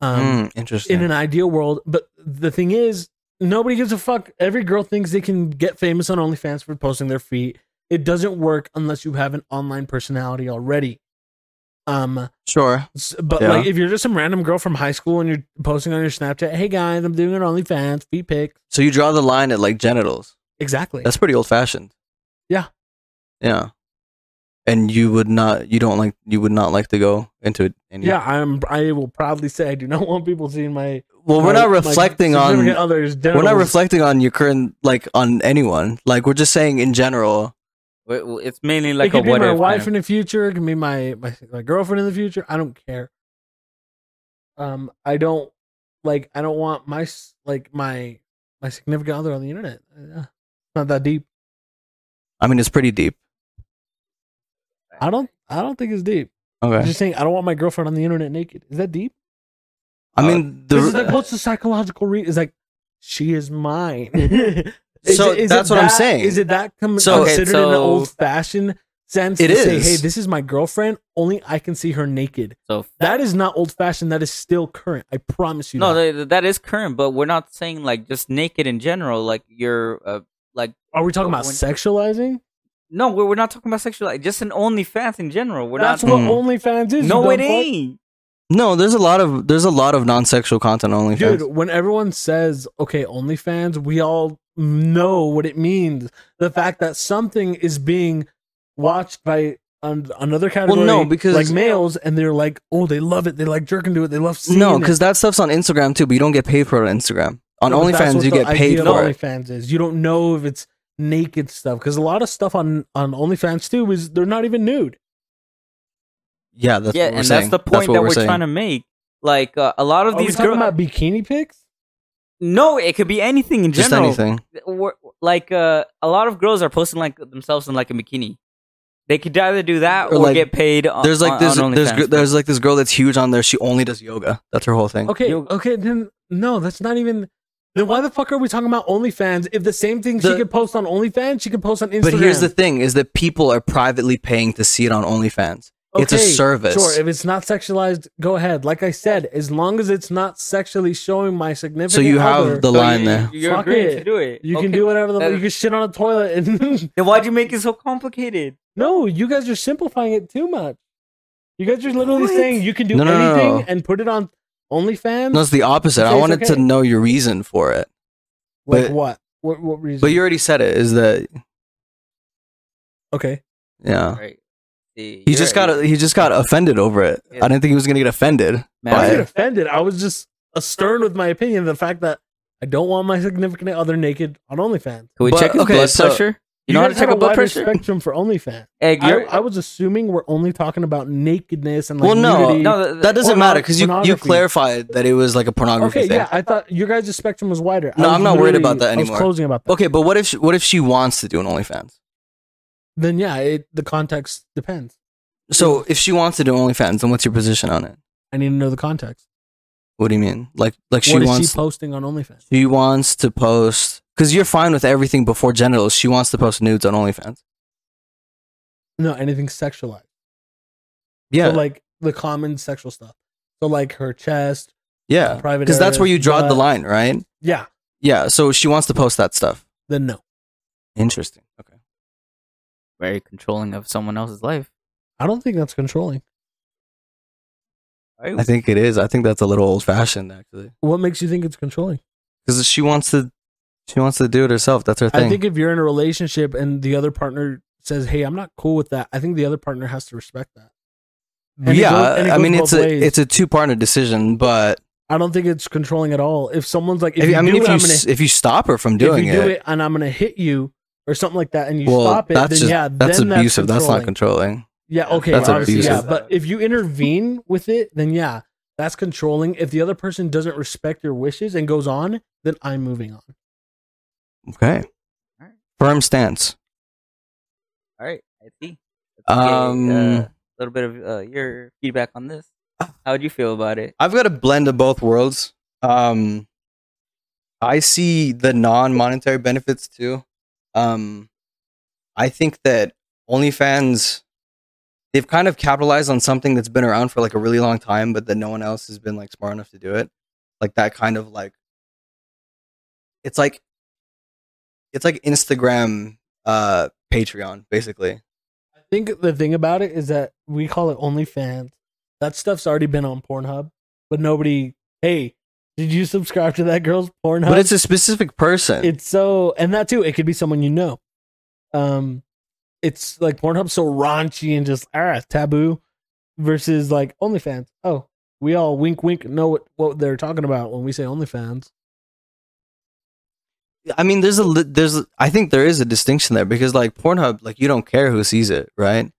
Um, Mm, interesting. in an ideal world, but the thing is, nobody gives a fuck. Every girl thinks they can get famous on OnlyFans for posting their feet. It doesn't work unless you have an online personality already. Um, sure. S- But Yeah. like, if you're just some random girl from high school and you're posting on your Snapchat, "Hey guys, I'm doing an OnlyFans feet pic." So you draw the line at like genitals. Exactly. That's pretty old fashioned. Yeah. Yeah. And you would not. You don't like. You would not like to go into it. Any, yeah, I'm. I will proudly say I do not want people seeing my. Well, we're my- not my reflecting on. significant others. We're not genitals. reflecting on your current like on anyone. Like we're just saying in general. w- w- it's mainly like it could a be what my if wife kind in the future. It can be my, my my girlfriend in the future. I don't care. Um, I don't like. I don't want my s- like my my significant other on the internet. Yeah. Not that deep. I mean, it's pretty deep. I don't. I don't think it's deep. I'm Okay. just saying. I don't want my girlfriend on the internet naked. Is that deep? I mean, uh, This is like, the, what's the psychological reason? It's like, she is mine. Is So it- is it that's what I'm that- saying. Is it that com- So- Okay, considered in an so- old fashioned sense It to say, is. hey, this is my girlfriend, only I can see her naked? so That is not old fashioned. That is still current. I promise you. no, that. th- th- that is current, but we're not saying like just naked in general. Like you're, uh, like Are we talking about When- sexualizing? no, we're, we're not talking about sexual. Like, just an OnlyFans in general. We're That's not. what Mm. OnlyFans is. you no, dumb it fuck. ain't. no, there's a lot of there's a lot of non-sexual content on OnlyFans. Dude, when everyone says, okay, OnlyFans, we all know what it means. The fact that something is being watched by an, another category no, because- like males, and they're like, oh, they love it. They like jerking to it. They love seeing no, it. because that stuff's on Instagram too, but you don't get paid for it on Instagram. On No, but that's OnlyFans, what you the get paid idea of for it. OnlyFans is. You don't know if it's naked stuff because a lot of stuff on, on OnlyFans too is they're not even nude. Yeah, that's yeah, what we're and saying. that's the point what that we're, saying. trying to make. Like uh, a lot of Are we these talking girls. about bikini pics? no, it could be anything in just general. anything. We're- like uh, a lot of girls are posting like themselves in like a bikini. They could either do that Or, or, like, get paid. On, There's like on- this on there's OnlyFans. gr- there's like this girl that's huge on there. She only does yoga. That's her whole thing. Okay, Yo- okay, then no, that's not even. Then why the fuck are we talking about OnlyFans? If the same thing she The- could post on OnlyFans, she could post on Instagram. But here's the thing: is that people are privately paying to see it on OnlyFans. it's a Okay, service. Sure, if it's not sexualized, go ahead. Like I said, as long as it's not sexually showing my significant So you other, have the So line you, there. You're Fuck agreeing it. to do it. you can Okay. do whatever the That- you can shit on a toilet and Then why'd you make it so complicated? no, you guys are simplifying it too much. You guys are literally What? saying you can do No, no, no, anything no. and put it on OnlyFans. No, it's the opposite. You say I it's wanted to okay. know your reason for it, like but- what? What? What reason? but you already said it. Is that okay. yeah? Right. See, He you're just right. got he just got offended over it. Yeah. I didn't think he was gonna get offended. Man, I by didn't it. get offended. I was just astern with my opinion. The fact that I don't want my significant other naked on OnlyFans. Can we But- check his okay, blood so- pressure? You, know how to guys check have a blood wider pressure? Spectrum for OnlyFans. Egg, I, you're, I was assuming we're only talking about nakedness and like well, no, nudity. no, th- th- that doesn't Porno- matter because you you pornography. clarified that it was like a pornography Okay, thing. yeah, I thought your guys' spectrum was wider. I No, was I'm not worried about literally- that I was anymore. closing about that. Okay, but what if she, what if she wants to do an OnlyFans? Then yeah, it, the context depends. So if she wants to do OnlyFans, then what's your position on it? I need to know the context. What do you mean? Like like she what is wants she posting on OnlyFans? she wants to post because you're fine with everything before genitals. She wants to post nudes on OnlyFans. No, anything sexualized. Yeah, So like the common sexual stuff. So like her chest. yeah, private because that's where areas, you draw the but- line, right? Yeah. Yeah. So she wants to post that stuff. Then no. Interesting. Okay. very controlling of someone else's life. I don't think that's controlling. Right? I think it is. I think that's a little old fashioned actually, What makes you think it's controlling? because she wants to She wants to do it herself. That's her thing. I think if you're in a relationship and the other partner says, "Hey, I'm not cool with that," I think the other partner has to respect that. And it yeah, goes- and it I goes mean both it's a ways. it's a two partner decision, but I don't think it's controlling at all. If someone's like, if if, you I mean do if it, you I'm gonna, s if you stop her from doing if you it, do it and I'm gonna hit you or something like that, and you well, stop it, that's then just yeah, that's then abusive. That's, not controlling. controlling. Yeah, okay, That's obviously, yeah. abusive. But if you intervene with it, then yeah, that's controlling. If the other person doesn't respect your wishes and goes on, then I'm moving on. Okay, Alright. firm stance. All right, I see. Um, a little bit of uh, your feedback on this. How would you feel about it? I've got a blend of both worlds. Um, I see the non-monetary benefits too. Um, I think that OnlyFans they've kind of capitalized on something that's been around for like a really long time, but that no one else has been like smart enough to do it. Like that kind of like it's like it's like Instagram uh Patreon basically. I think the thing about it is that we call it OnlyFans. That stuff's already been on Pornhub, but nobody. Hey, did you subscribe to that girl's Pornhub? But it's a specific person. it's so and that too. It could be someone you know. Um, it's like Pornhub's so raunchy and just ah taboo, versus like OnlyFans. Oh, we all wink wink know what what they're talking about when we say OnlyFans. I mean, there's a li- there's a- I think there is a distinction there because like Pornhub, like you don't care who sees it, right?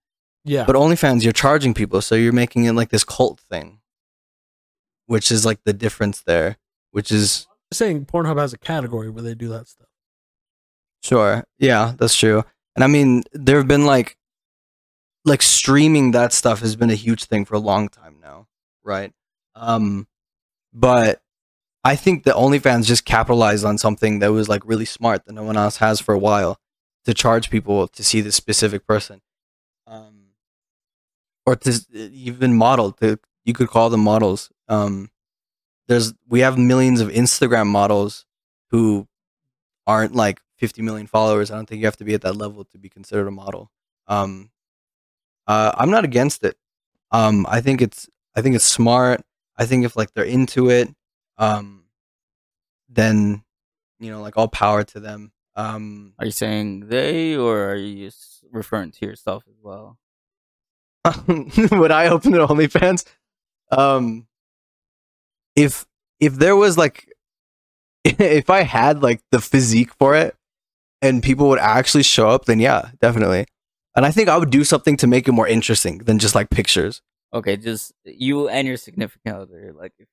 Yeah, But OnlyFans, you're charging people, so you're making it like this cult thing, which is like the difference there. Which is saying Pornhub has a category where they do that stuff. sure, yeah, that's true. And I mean, there have been like like streaming that stuff has been a huge thing for a long time now, right? Um, but I think that OnlyFans just capitalized on something that was like really smart that no one else has for a while to charge people to see this specific person, um, or to s- even model. To, you could call them models. Um, there's we have millions of Instagram models who aren't like 50 million followers. I don't think you have to be at that level to be considered a model. Um, uh, I'm not against it. Um, I think it's I think it's smart. I think if like they're into it, um, then you know like all power to them. Um, Are you saying they, or are you just referring to yourself as well? Um, would I open an OnlyFans? Um, if if there was like, if I had like the physique for it, and people would actually show up, then yeah, definitely. And I think I would do something to make it more interesting than just like pictures. Okay, just you and your significant other. Like, if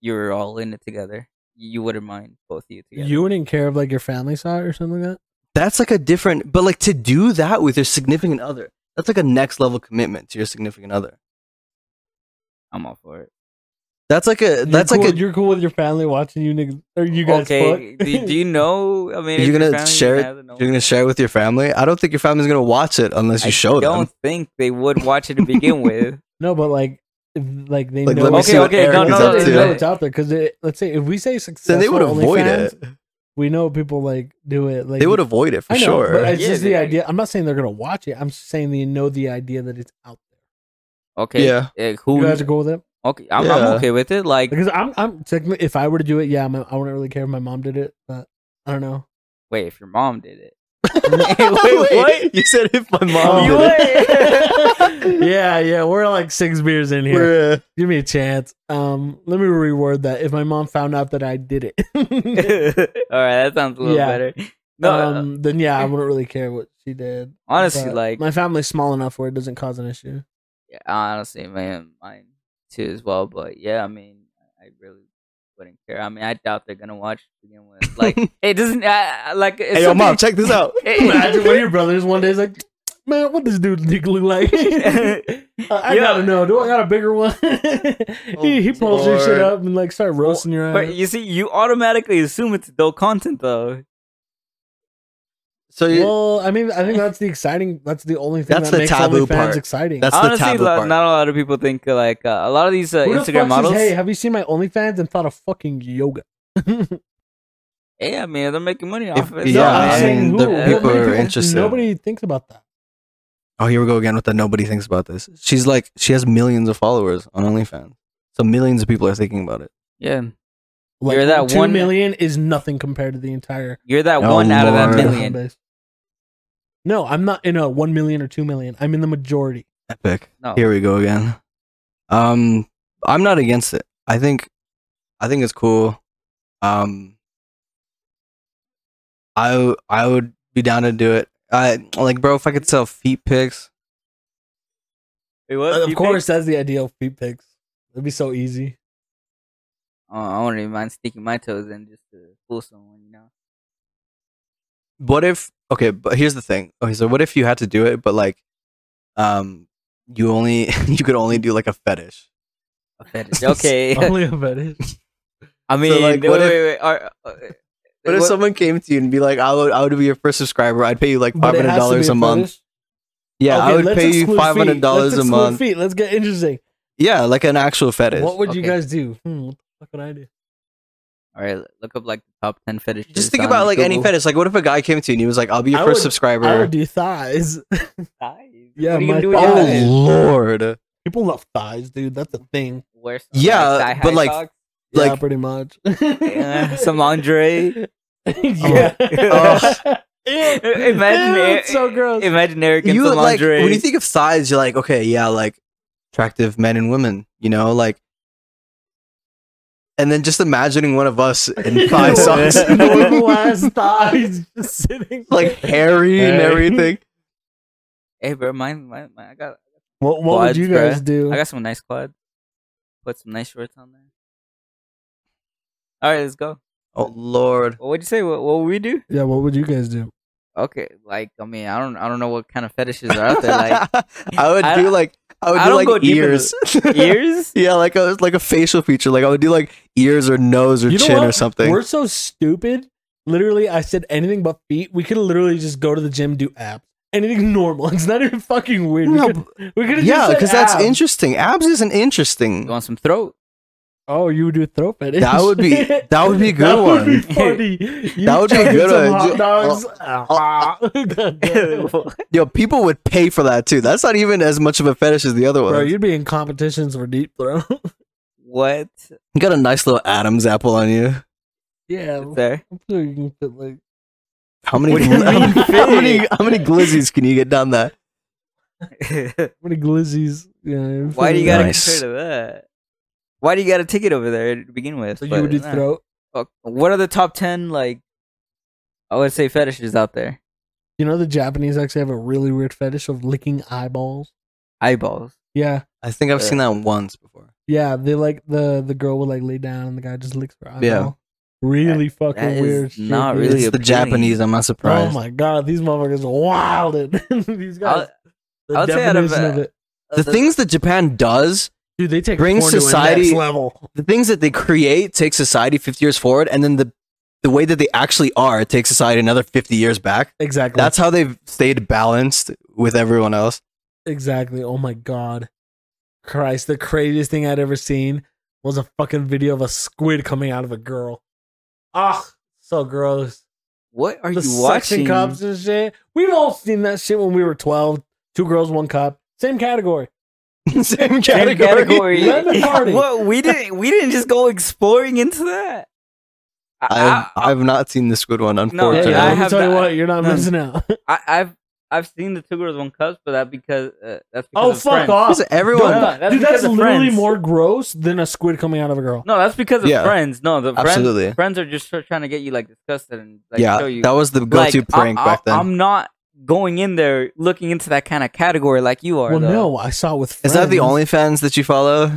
you were all in it together, you wouldn't mind both of you together. You wouldn't care if like your family saw it or something like that. That's like a different, but like to do that with your significant other, that's like a next level commitment to your significant other. I'm all for it. That's like a You're that's cool, like a you're cool with your family watching you niggas or you guys. okay, fuck? do, do you know? I You're mean, if your gonna family share it- has an you're gonna share it with your family. I don't think your family's gonna watch it unless you I show them. don't think they would watch it to begin with. No, but like, if, like they Like, know. let me it's- see what Okay, okay, they Eric no, is no, up know- no, to. they know it's out there because let's say if we say successful, Then they would avoid OnlyFans, it. We know people like do it. Like They would avoid it for I know, sure. But it's Yeah, just they- the idea. I'm not saying they're gonna watch it. I'm just saying they know the idea that it's out there. Okay, Yeah. uh, who? You guys are cool with it Okay, I'm, I'm Yeah. okay with it. Like, because I'm I'm technically if I were to do it, yeah, I'm, I wouldn't really care if my mom did it, but I don't know. wait, if your mom did it, what? You said if my mom You did it. Um, yeah, yeah, we're like six beers in here. We're, uh, Give me a chance. Um, let me reword that. If my mom found out that I did all it, right, that sounds a little Yeah. better. No, uh, um, then yeah, I wouldn't really care what she did. honestly, But like, my family's small enough where it doesn't cause an issue. yeah, honestly, man, mine too as well. But yeah, I mean, I really wouldn't care. I mean, I doubt they're gonna watch to begin with. Like, it doesn't. I I- like, it's Hey, yo, mom, something- check this out. Imagine one of your brothers one day is like, man, what does dude dick look like? Uh, I Yeah. gotta know. Do I got a bigger one? he, he pulls your shit Lord. up and like start roasting your ass. Oh, But you see, you automatically assume it's adult content, though. So you, well, I mean, I think that's the exciting. That's the only thing That's that the makes taboo OnlyFans part. exciting. That's the Honestly, taboo lo- part. not a lot of people think uh, like uh, a lot of these uh, Who the fuck Instagram says, models. hey, have you seen my OnlyFans and thought of fucking yoga? Yeah, man, they're making money off of it. yeah, No, man. I mean, the how people many are interested. Nobody thinks about that. oh, here we go again with the nobody thinks about this. She's like, she has millions of followers on OnlyFans. So millions of people are thinking about it. yeah. Like You're that two one- million is nothing compared to the entire You're that Oh, one out of that Lord. fan million. base. No, I'm not in a one million or two million. I'm in the majority. Epic. No. Here we go again. Um, I'm not against it. I think, I think it's cool. Um, I w- I would be down to do it. I like, bro. If I could sell feet pics, Wait, what? of You course, picked? that's the ideal feet pics. It'd be so easy. Oh, I wouldn't even mind sticking my toes in just to fool someone, you know. what if? Okay, but here's the thing. Okay, so what if you had to do it, but like, um, you only you could only do like a fetish. A fetish. Okay. Only a fetish. I mean, like, wait, what wait, if- wait, are- uh, What if what- someone came to you and be like, "I would, I would be your first subscriber. I'd pay you like But five it hundred has to be dollars a month. fetish. Yeah, Okay, I would let's pay you exclude five hundred feet. dollars a Let's exclude month. Feet. Let's get interesting. Yeah, like an actual fetish. What would you Okay. guys do? Hmm, what the fuck would I do? All right, look up like the top ten fetishes. Just think on about like any Google. fetish. Like, what if a guy came to you and he was like, "I'll be your I first would- subscriber." I would do thighs. Thighs. Yeah, What are you my gonna do with thighs. your oh thighs? lord! People love thighs, dude. That's a thing. Wear some, Yeah, like, thigh but, high like, socks, Yeah, Like- pretty much. uh, some lingerie. yeah. Oh. Ew. Imagine Ew, it- it's so gross. Imagine Eric in You some like lingerie. when you think of size, you're like, okay, yeah, like attractive men and women. You know, like. And then just imagining one of us in thigh Ew. socks, Normal ass thighs just sitting like there. hairy and Hey. everything. hey, bro, mine, mine, mine, I got, What, what would Quads, you guys bruh. do? I got some nice quads. Put some nice shorts on there. All right, let's go. Oh lord! What would you say? What, what would we do? yeah, what would you guys do? Okay, like I mean, I don't, I don't know what kind of fetishes are out there. Like I would I- do like I would I do don't like go deep into ears, ears. yeah, like a like a facial feature. Like I would do like ears or nose or You know chin what? or something. We're so stupid. Literally, I said anything but feet. We could literally just go to the gym, do abs. Anything normal. It's not even fucking weird. No, we could, we could yeah, because that's interesting. interesting. Abs isn't interesting. You want some throat? Oh, you would do throw fetish. That would be- that would be a good That would be one. funny. You That would be a chugging good some one. Hot Ju- dogs. Ah, Yo, people would pay for that too. That's not even as much of a fetish as the other one. Bro, you you'd be in competitions for deep throw. what? got a nice little Adam's apple on you. yeah, It's there. I'm sure you can fit like. How many? What do you gl- how, mean, many how many? fit? how many glizzies can you get down that? How many glizzies? Yeah, you Why do you feel gotta me? Nice. compare to that? Why do you gotta take it over there to begin with? So But, you would do nah. throw. Fuck. What are the top ten like? I would say fetishes out there. You know the Japanese actually have a really weird fetish of licking eyeballs. Eyeballs. Yeah, I think I've Yeah. seen that once before. yeah. They like the the girl would like lay down and the guy just licks her eyeball. Yeah. Really fucking that is weird. shit, not dude. Really it's the appealing. Japanese. I'm not Oh surprised. my god, these motherfuckers wilded. these guys. the I'll say out of, definition of, uh, it. the things that Japan does, Dude, they take brings porn to a society- next level. the things that they create, take society 50 years forward, and then the the way that they actually are takes society another 50 years back. Exactly. That's how they've stayed balanced with everyone else. exactly. Oh my god, Christ! The craziest thing I'd ever seen was a fucking video of a squid coming out of a girl. Ah, so gross. What are the you suction watching? cups and shit. We've all seen that shit when we were twelve. Two girls, one cup. Same category. Same Same category. category. Lemon party. what we didn't we didn't just go exploring into that. I've, I, I, I've not seen the squid one, Or Hey, unfortunately. Ah. I let me have tell you that. what, you're not None. missing out. I, I've I've seen the two girls one cup, but that because uh, that's because oh of fuck friends. off! Because everyone, Don't- that's Dude, that's because of literally friends. more gross than a squid coming out of a girl. No, that's because of Yeah. friends. No, the friends absolutely. friends are just tr- trying to get you like disgusted and like yeah, show you that was the go-to Like, I- prank I, back then. I'm not going in there looking into that kind of category like you are. Well, though. no, I saw it with. Is Friends. that the OnlyFans that you follow?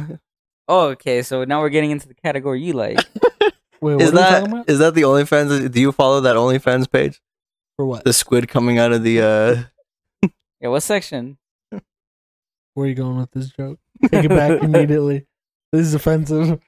Oh, okay. So now we're getting into the category you like. Wait, what are Is we talking that about? is that the OnlyFans? that- Do you follow that OnlyFans page? For what? The squid coming out of the uh, yeah, what section? Where are you going with this joke? Take it back immediately. This is offensive.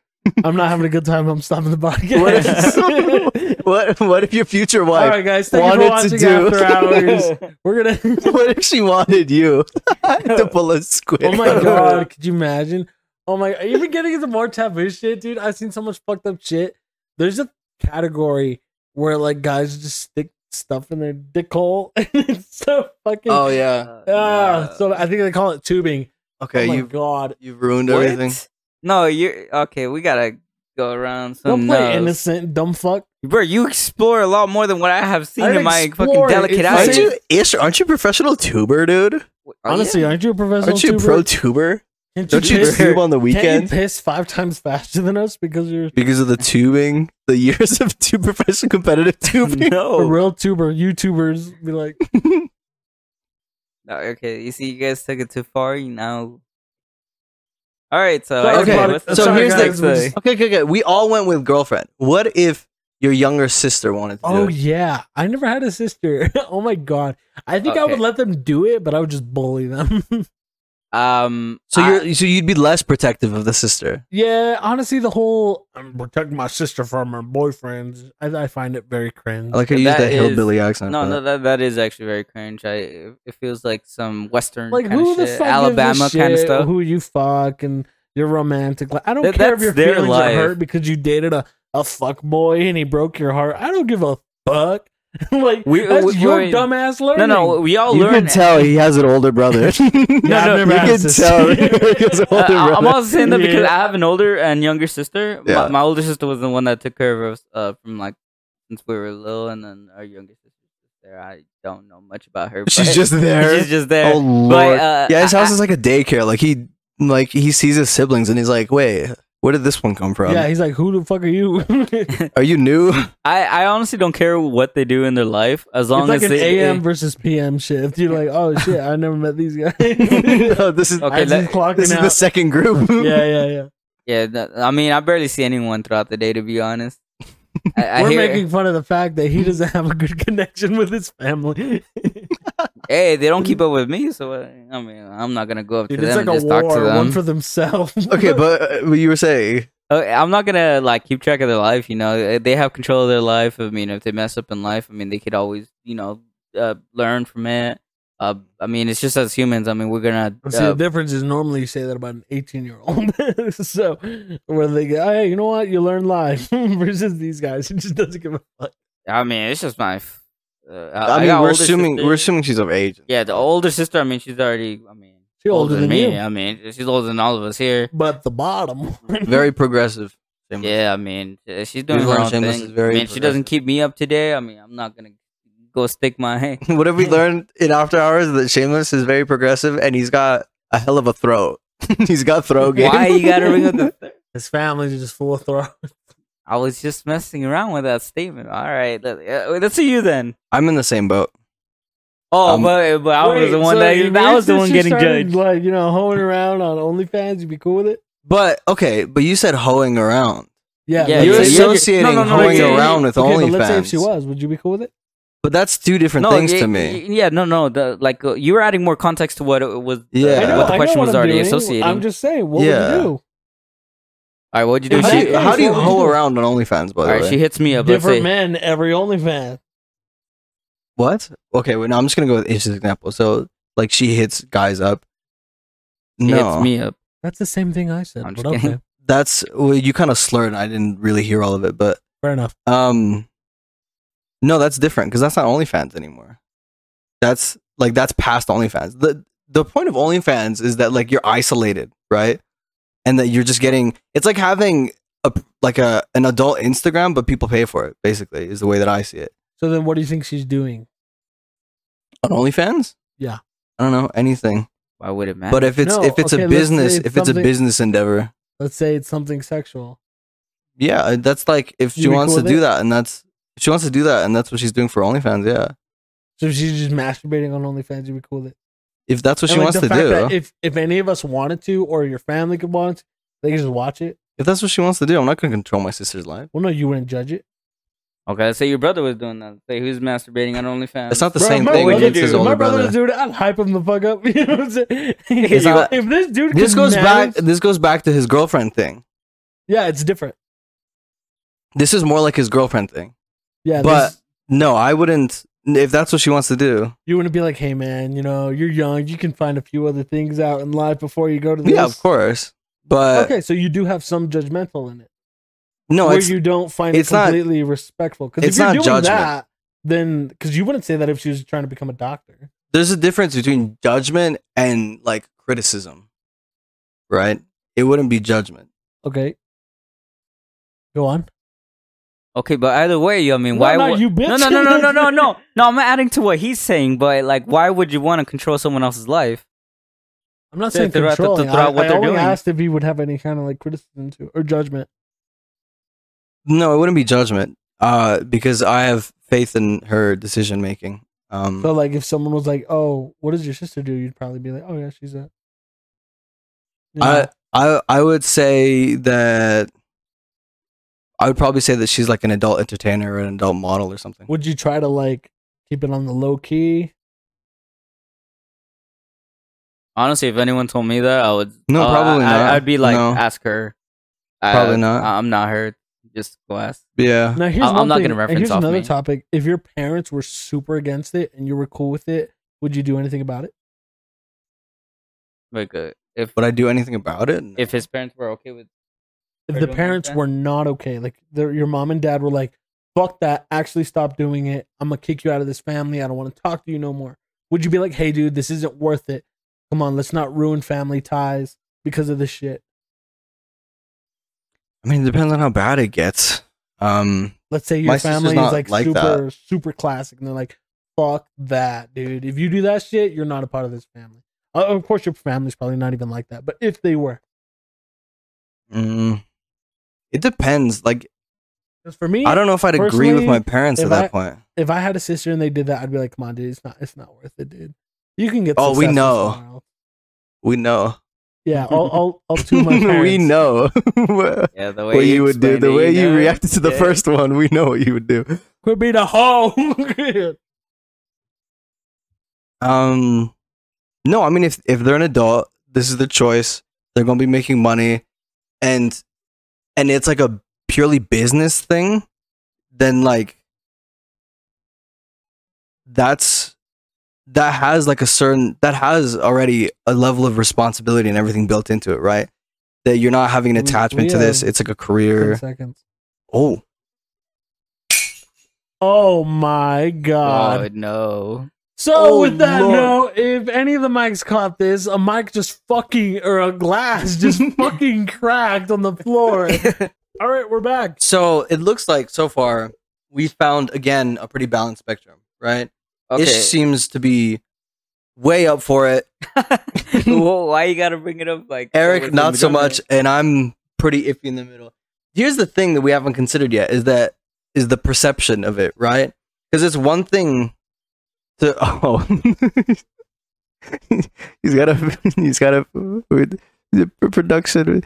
I'm not having a good time. I'm stopping the What podcast. if- what what if your future All wife right, guys. Thank you for wanted to watching do- After Hours. We're gonna. what if she wanted you to pull a squid? Oh my god! Could you imagine? Oh my! Even getting into more taboo shit, dude. I've seen so much fucked up shit. There's a category where like guys just stick stuff in their dick hole, and it's so fucking. Oh yeah. Ah, so I think they call it tubing. Okay, oh my you've god! you've ruined What? everything. No, you're okay. We gotta go around. So Don't play no. innocent, dumb fuck. Bro, you explore a lot more than what I have seen I in my explore fucking it. delicate It's eyes. oh, Aren't you ish? Aren't you a professional tuber, dude? Are you? Honestly, aren't you a professional? Aren't you a tuber? pro tuber? Can't Don't you piss- tube on the Can't you weekend? piss five times faster than us because you're Because of the tubing, the years of tube professional competitive tubing. a no. real tuber? YouTubers be like, No, Okay, you see, you guys took it too far. You know. All right, so Sorry, okay, about okay. it. What's the so Sorry, here's guys, the we next just- thing? okay, okay, okay. We all went with girlfriend. What if your younger sister wanted to? "Oh do it? yeah, I never had a sister. oh my god, I think I would Okay. let them do it, but I would just bully them." Um, so I- you're so you'd be less protective of the sister. yeah, honestly, the whole "I'm protecting my sister from her boyfriends," I, I find it very cringe. I like how you use That that is- hillbilly accent. no, for no, that. that that is actually very cringe. I it it feels like some Western like kind who of the shit, fuck Alabama gives a shit kind of stuff. Who you fuck and you're romantic. Like, I don't That- care if that's your their feelings life. are hurt because you dated a a fuck boy and he broke your heart. I don't give a fuck. like We- that's we- your we- dumbass no, learning. no, we all you learn. can tell he has an older brother. Yeah, I've no, never you had a can sister. tell he has an Uh, Oh, older brother. I'm also saying that because Yeah. I have an older and younger sister. My- Yeah. My, older sister was the one that took care of us uh, from like since we were little, and then our younger sister was there. I don't know much about her. She's but- just there. She's just there. oh lord. but, uh, yeah, his I- house is like a daycare. Like he, like he sees his siblings and he's like, "Wait, where did this one come from? Yeah, he's like, who the fuck are you? it's Are you new?" I, I honestly don't care what they do in their life as long like as an they. AM versus PM shift. You're like, oh shit, I never met these guys. no, this is Okay, As let- he's clocking this is out. the second group. yeah, yeah, yeah. Yeah, th- I mean, I barely see anyone throughout the day, to be honest. I, I We're hear, making fun of the fact that he doesn't have a good connection with his family. hey, they don't keep up with me, so uh, I mean, I'm not gonna go up Dude, to it's them like a and just war, talk to one them. for themselves. okay, but uh, what you were saying, Uh, I'm not gonna like keep track of their life. You know, Uh, they have control of their life. I mean, if they mess up in life, I mean, they could always, you know, uh, learn from it. Uh, I mean, it's just as humans. I mean, we're gonna. See, the Uh, difference is normally you say that about an 18 year old. so, where they go, hey, you know what? You learn live versus these guys. He just doesn't give a fuck. uh, I mean, it's just my. f- Uh, I, I mean, got we're older assuming sister. we're assuming she's of age. Yeah, the older sister. I mean, she's already. I mean, She older than me. you. I mean, she's older than all of us here. But the bottom one, Very progressive. Yeah, I mean, uh, she's doing learn her own Shameless thing. is very I mean, she progressive. doesn't keep me up today. I mean, I'm not gonna go stick my. What have we learned in After Hours that Shameless is very progressive and he's got a hell of a throat. he's got throat game. Why you gotta ring up the? his family's just full of throw. I was just messing around with that statement. All right, let, uh, let's see you then. I'm in the same boat. Oh, Um, but, but I was Wait, the one so that if that your was the one sister getting started, judged. Like, you know, hoeing around on OnlyFans, you'd be cool with it? But okay, but you said hoeing around. Yeah. Yeah, but let's You're say- you're- associating no, no, no, hoeing yeah, yeah. around with okay, OnlyFans. but let's say if she was, would you be cool with it? But that's two different things yeah, to me. y- Yeah, no, no. The, like uh, you were adding more context to what it was. Yeah. uh, I know, what the I know question was I'm already doing. associated. I'm just saying, what Yeah. would you All right, what'd you do? If how, she- do She, you, how do you Yeah. hoe around on OnlyFans? By all the right, way, she hits me do? up. Let's Different say, men, every OnlyFans. What? Okay, wait, no, I'm just gonna go with Ish's example. So, like, she hits guys up. she No, hits me up. That's the same thing I said. I'm But just kidding. okay, that's well, you kind of slurred. I didn't really hear all of it, but fair enough. um, no, that's different because that's not OnlyFans anymore. That's like that's past OnlyFans. the The point of OnlyFans is that like you're isolated, right? And that you're just getting. It's like having a like a an adult Instagram, but people pay for it. Basically, is the way that I see it. So then, what do you think she's doing? On OnlyFans, Yeah. I don't know anything. Why would it matter? But if it's No, if it's okay, a let's say business, it's if it's a something- business endeavor, Let's say it's something sexual. yeah, uh, that's like if You she be wants cool to with do it? that, and that's if she wants to do that, and that's what she's doing for OnlyFans. Yeah, So if she's just masturbating on OnlyFans, you'd be cool with it. if that's what And, she like, wants the to fact that do, if, If if any of us wanted to, or your family could want, to, they could just watch it. that's what she wants to do, I'm not gonna control my sister's life. Well, no, you wouldn't judge it. okay, let's say your brother was doing that. Say who's masturbating on OnlyFans. It's not the Bro, same if my thing. would brother- when you It's his if do? my older brother's brother. doing it, I'd hype him the fuck up. You know what I'm saying? if, not- this dude This could goes back. manage- This goes back to his girlfriend thing. yeah, it's different. This is more like his girlfriend thing. Yeah, But- this- No, I wouldn't. If that's what she wants to do, you wouldn't be like, hey man, you know, you're young, you can find a few other things out in life before you go to this. yeah, of course. But okay, so you do have some judgmental in it. no, where it's you don't find it's it not- completely respectful. Because it's if you're not doing judgment. that, then because you wouldn't say that if she was trying to become a doctor. there's a difference between judgment and like criticism, right? It wouldn't be judgment. Okay, Go on. Okay, but either way, I mean, No, why? no, would, you no, bitch. no, no, no, no, no, no, no. I'm adding to what he's saying, but like, why would you want to control someone else's life? I'm not To- saying to throw out- to controlling. throw out I, what I they're only doing. asked if he would have any kind of like criticism to or judgment. No, it wouldn't be judgment. Uh, because I have faith in her decision making. Hmm. Um, So like, if someone was like, "Oh, what does your sister do?" You'd probably be like, "Oh yeah, she's a." You know? I I I would say that I would probably say that she's like an adult entertainer or an adult model or something. would you try to like keep it on the low key? Honestly, if anyone told me that, I would. No, uh, probably I, not. I, would be like, No. ask her. Probably I, not. I'm not her. Just go ask. Yeah. Now here's I'm- one I'm not thing, gonna and reference Here's off another me. topic. If your parents were super against it and you were cool with it, would you do anything about it? Like, uh, if Would I do anything about it? if his parents were okay with, If Or the doing parents something? were not okay, like their- your mom and dad were like, "Fuck that! Actually, stop doing it. I'm gonna kick you out of this family. I don't want to talk to you no more." Would you be like, "Hey, dude, this isn't worth it. Come on, let's not ruin family ties because of this shit. I mean, it depends on how bad it gets. Um, let's say your My sister's family is not like, like super super classic and they're like fuck that dude if you do that shit you're not a part of this family Uh, of course your family's probably not even like that but if they were mm, it depends. Like, 'Cause for me I don't know if I'd agree with Personally, my parents if at I- that point. if i had a sister and they did that i'd be like come on dude it's not it's not worth it dude you can get Oh, we successful know. somewhere else." We know. yeah i'll i'll, I'll to my parents we know what yeah, the way what you would do. explained The it, way you know? reacted to the Yeah. first one, we know what you would do. quit being a hoe Um, no, I mean if if they're an adult, this is their choice. They're gonna be making money, and and it's like a purely business thing. Then like that's that has like a certain that has already a level of responsibility and everything built into it, right? That you're not having an We- attachment we to this. have- It's like a 10 career. seconds Oh, oh my god God, Oh, no. So Oh, with that Lord. note, if any of the mics caught this, a mic just fucking or a glass just fucking cracked on the floor. All right, we're back. so it looks like so far we found again a pretty balanced spectrum, right? Okay. Ish seems to be way up for it. Whoa, why you gotta bring it up? Like Eric, over not the so government? much, and I'm pretty iffy in the middle. Here's the thing that we haven't considered yet is that is the perception of it, right? Because it's one thing to oh, he's got a he's got a with the pr- production.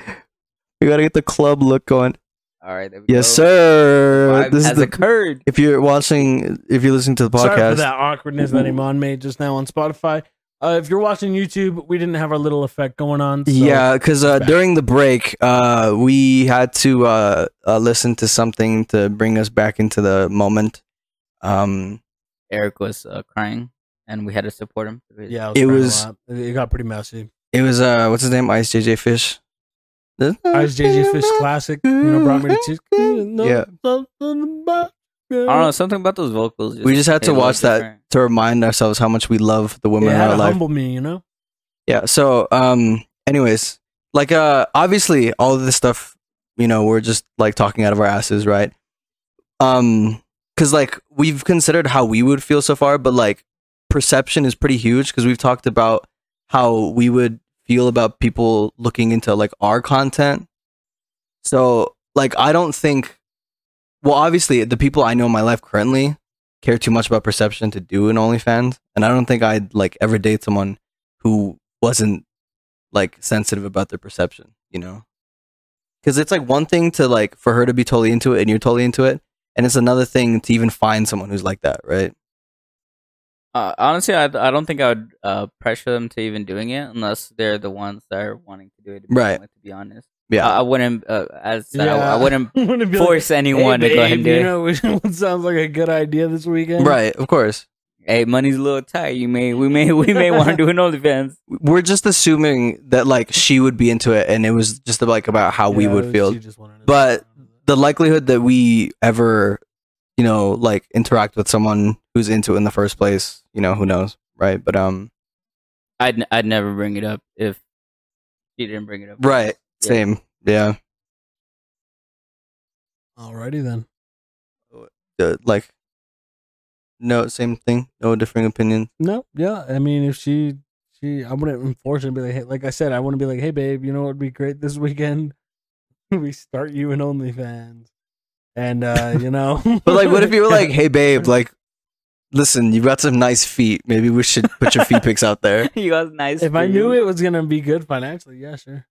We gotta get the club look going. All right. There we Yes, go. sir. Oh. Five This is has the occurred. if you're watching if you're listening to the Sorry for podcast. that awkwardness that Iman made just now on Spotify. Uh, if you're watching YouTube, we didn't have our little effect going on. So yeah, because uh, it's back. during the break, uh, we had to uh, uh, listen to something to bring us back into the moment. Um, Eric was uh, crying, and we had to support him. yeah, It it was- was. crying a lot. It got pretty messy. it was uh, what's his name? Ice JJ Fish. Ice JJ Fish Classic, you know, brought me to tears. Yeah. I don't know something about those vocals. We just had to they look watch that different. to remind ourselves how much we love the women It in had our to life. humble me, you know. Yeah. So, um, anyways, like, uh, obviously, all of this stuff, you know, we're just like talking out of our asses, right? Um, because like we've considered how we would feel so far, but like perception is pretty huge because we've talked about how we would feel about people looking into like our content. So, like, I don't think, well, obviously, the people I know in my life currently care too much about perception to do an OnlyFans, and I don't think I'd like ever date someone who wasn't like sensitive about their perception, you know? Because it's like one thing to like for her to be totally into it and you're totally into it, and it's another thing to even find someone who's like that, right? Uh, honestly, I, I don't think I would uh, pressure them to even doing it unless they're the ones that are wanting to do it. To be Right. With, to be honest, Yeah. I, I wouldn't. Uh, as I- Yeah. I, wouldn't Wouldn't it be like, force anyone hey, to go ahead and babe, do you it. know, what sounds like a good idea this weekend? right, of course. Hey, money's a little tight. You may, we may, we may want to do an OnlyFans. We're just assuming that like she would be into it and it was just like about how we Yeah, would she feel. just wanted to- But The likelihood that we ever, you know, like interact with someone who's into it in the first place, you know, who knows, right? But um I'd, n- I'd never bring it up if she didn't bring it up. right, Yeah. same. Yeah. Alrighty then. The, like, no, same thing. No differing opinion. No, yeah. I mean, if she, she, I wouldn't enforce it. and Be like, hey, like I said, I wouldn't be like, hey, babe, you know what would be great this weekend? we start you in OnlyFans, and uh, you know. But like, what if you were like, hey, babe, like, listen, you've got some nice feet. Maybe we should put your feet pics out there. you guys nice. if I feet. knew it was gonna be good financially, yeah, sure.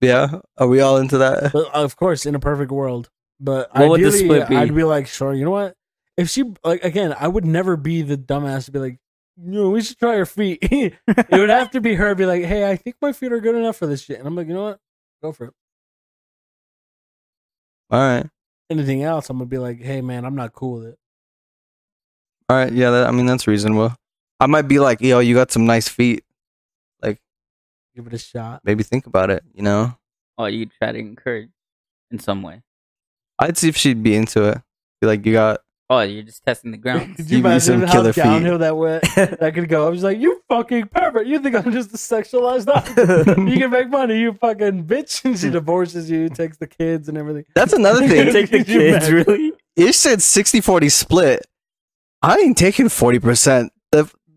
Yeah, are we all into that? But of course, in a perfect world, but What would the ideally, split be? I'd be like, sure, you know what? If she like again, I would never be the dumbass to be like, you know, we should try her feet. it would have to be her be like, hey, I think my feet are good enough for this shit, and I'm like, you know what? Go for it. All right, Anything else, I'm gonna be like, hey, man, I'm not cool with it. all right. Yeah, that, I mean that's reasonable. I might be like, yo, you got some nice feet. Give it a shot. Maybe think about it. You know, Or Oh, you try to encourage in some way. I'd see if she'd be into it. Be like, you got. Oh, you're just testing the ground. Could Give me some killer feet. downhill that went? That could go. I was like, you fucking pervert. You think I'm just a sexualized object? You can make money, you fucking bitch. And she divorces you, takes the kids and everything. that's another thing. Take the kids, really? It said 60-40 split. I ain't taking forty percent.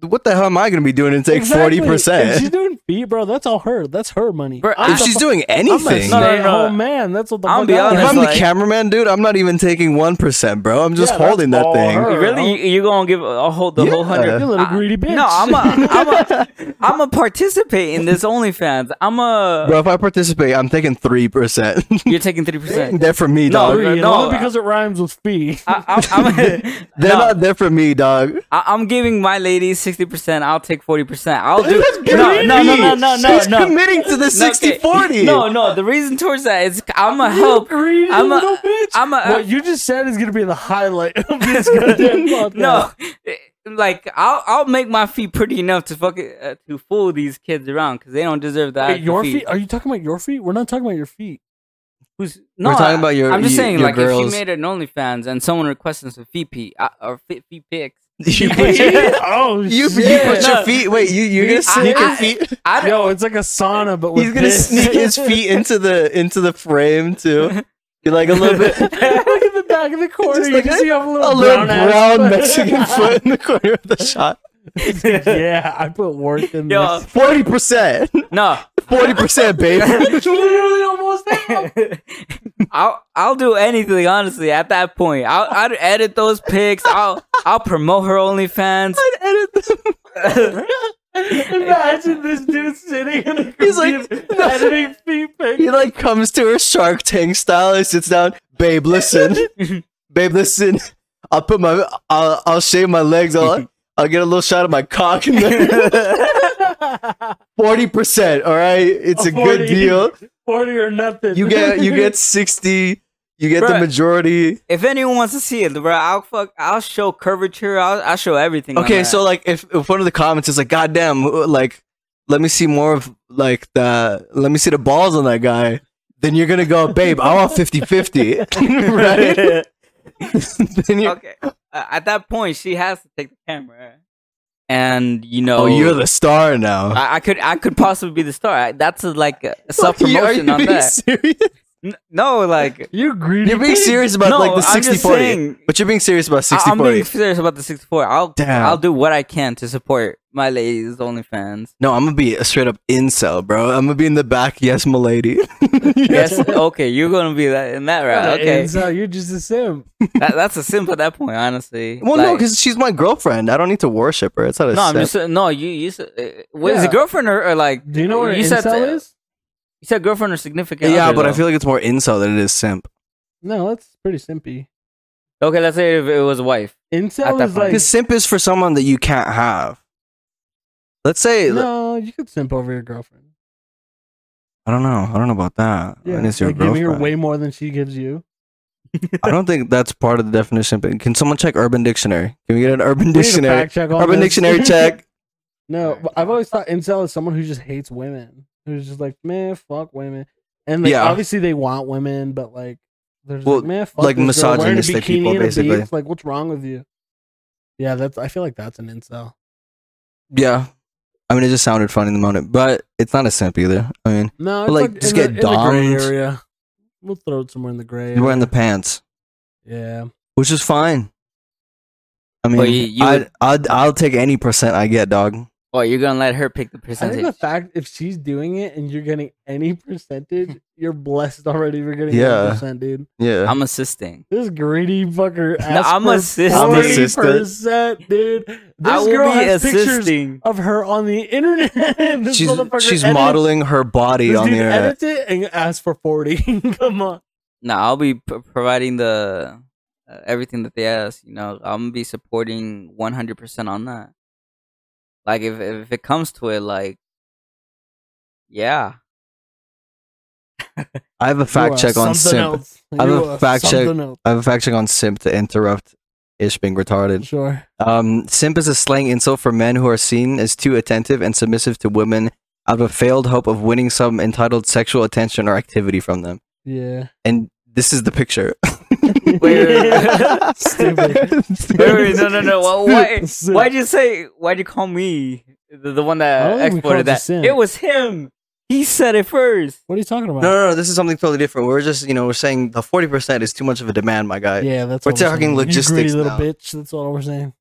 What the hell am I gonna be doing to take Exactly. forty If she's percent? doing feet, bro, that's all her. That's her money. Bro, I'm If the she's fu- doing I'm a anything, No, no, stay at no. home man. That's what the I'll fuck be I am. if honest, I'm like- the cameraman, dude, I'm not even taking one percent, bro. I'm just Yeah, that's holding that all thing. her. Really? You, you gonna give a whole the whole Yeah. hundred? You little I- greedy bitch. No, I'm a, I'm a, I'm a participate in this OnlyFans. I'm a. Bro, if I participate, I'm taking three percent. You're taking three percent. They're for me, No, dog. Three, and no, only I- because it rhymes with fee. I, I'm, I'm, They're no, not there for me, dog. I, I'm giving my lady sixty percent. I'll take forty percent. I'll do That's no, greedy. no, no, no, no, no, She's no. committing to the No, okay. 60-40. No, no. The reason towards that is I'm a You help. Greedy I'm a- little bitch. I'm a- what you just said is going to be the highlight of this goddamn podcast. no, like I'll I'll make my feet pretty enough to fuck it, uh, to fool these kids around because they don't deserve that. Wait, your feet. Are you talking about your feet? We're not talking about your feet. Who's, no, We're talking I- about your- I'm just you- saying, your like, if girls. she made an OnlyFans and someone requesting some feet pee uh, or feet feet pics, You put your, oh you, you shit! put your No. feet. Wait, you you're gonna sneak your feet. I don't. Yo, it's like a sauna, but with He's gonna piss. sneak his feet into the into the frame too. You're like a little bit. Look at the back of the corner. Just you like can a- see a little, A little brown-ass brown foot. Mexican foot in the corner of the shot. yeah, I put work in Yo, this. Forty percent, no, forty percent, babe. It's literally almost there. I'll I'll do anything honestly. At that point, I'll I'll edit those pics. I'll I'll promote her OnlyFans. Edit them. Imagine this dude sitting in a He's like- computer editing feet He pics. like comes to her Shark Tank style and sits down. Babe, listen. Babe, listen. I'll put my. I'll, I'll shave my legs. I'll, I'll get a little shot of my cock in there. Forty percent. All right, it's a, good 40 deal. Forty or nothing. You get you get sixty. You get the Bruh. majority. If anyone wants to see it, bro, I'll fuck. I'll show curvature. I'll I'll show everything. on Okay, that. so like if, if one of the comments is like, "God damn," like let me see more of like the let me see the balls on that guy. Then you're gonna go, babe. I want 50-50. right? Then you're, okay. Uh, at that point, she has to take the camera, and you know, oh, you're the star now. I, I could I could possibly be the star. I, that's a, like a self Are you- are you promotion on being that. serious? N- no, like you greedy. You're being pig. serious about no, like the I'm 60 just 40. saying. But you're being serious about I- 60 I'm being 40. serious about the 64. I'll Damn. I'll do what I can to support my ladies OnlyFans. No, I'm gonna be a straight up incel, bro. I'm gonna be in the back. Yes, milady. Yes, okay, you're gonna be that in that route. Okay, And so you're just a sim. that, that's a simp at that point, honestly. Well, no, Like, because she's my girlfriend. I don't need to worship her. It's not a no, I'm step. just no. You you s- uh, what is Yeah. it girlfriend or, or like? Do you know what you an said incel that- is? You said girlfriend or significant? yeah, other, but I though. feel like it's more incel than it is simp. No, that's pretty simpy. okay. Let's say if it was a wife. At Incel that is point. like Because simp is for someone that you can't have. Let's say no. You could simp over your girlfriend. I don't know. I don't know about that. and it's your like giving her girlfriend. way more than she gives you. I don't think that's part of the definition. But can someone check Urban Dictionary? Can we get an Urban We need to Dictionary? fact check on Urban this. Dictionary check. No, but I've uh, always thought incel is someone who just hates women. Who's just like, man, fuck women. And like, Yeah. obviously they want women, but like, they're just Well, like, man, fuck like this girl wearing a misogynistic bikini people, and a basically. beef. Like, what's wrong with you? Yeah, that's. I feel like that's an incel. Yeah. I mean, it just sounded fun in the moment, but it's not a simp either. I mean, No, But, it's like, like, just in get the, in the gray domed. area. We'll throw it somewhere in the gray. you're wearing the area. pants. Yeah. which is fine. I mean, Well, you- you I, would- I'd, I'll take any percent I get, dog. Oh, you're gonna let her pick the I think the percentage. fact if she's doing it and you're getting any percentage, you're blessed already for getting Yeah. yeah. percent, dude. Yeah. I'm assisting. This greedy fucker. asked I'm for assisting. I'm assisting. 40%, dude. This I will girl be has pictures assisting. of her on the internet. This she's motherfucker she's edits- modeling her body This on the dude internet. edits it and asks for forty. Come on. No, I'll be p- providing the uh, everything that they ask. You know, I'm gonna be supporting 100 percent on that. Like, if if it comes to it, like, yeah, I have a fact You are check something on simp. else. I have You a are fact check. something else. I have a fact check on simp to interrupt ish being retarded. Sure. Um, simp is a slang insult for men who are seen as too attentive and submissive to women out of a failed hope of winning some entitled sexual attention or activity from them. Yeah. And this is the picture. wait, wait. Stupid. Wait, wait, no, no, no. Well, why? Simp. Why'd you say? Why'd you call me the, the one I don't that think we called you exported that? Sim. It was him. He said it first. What are you talking about? No, no, no. This is something totally different. We're just, you know, we're saying the forty percent is too much of a demand, my guy. Yeah, that's We're what saying. talking You logistics greedy little now. bitch. That's all we're saying.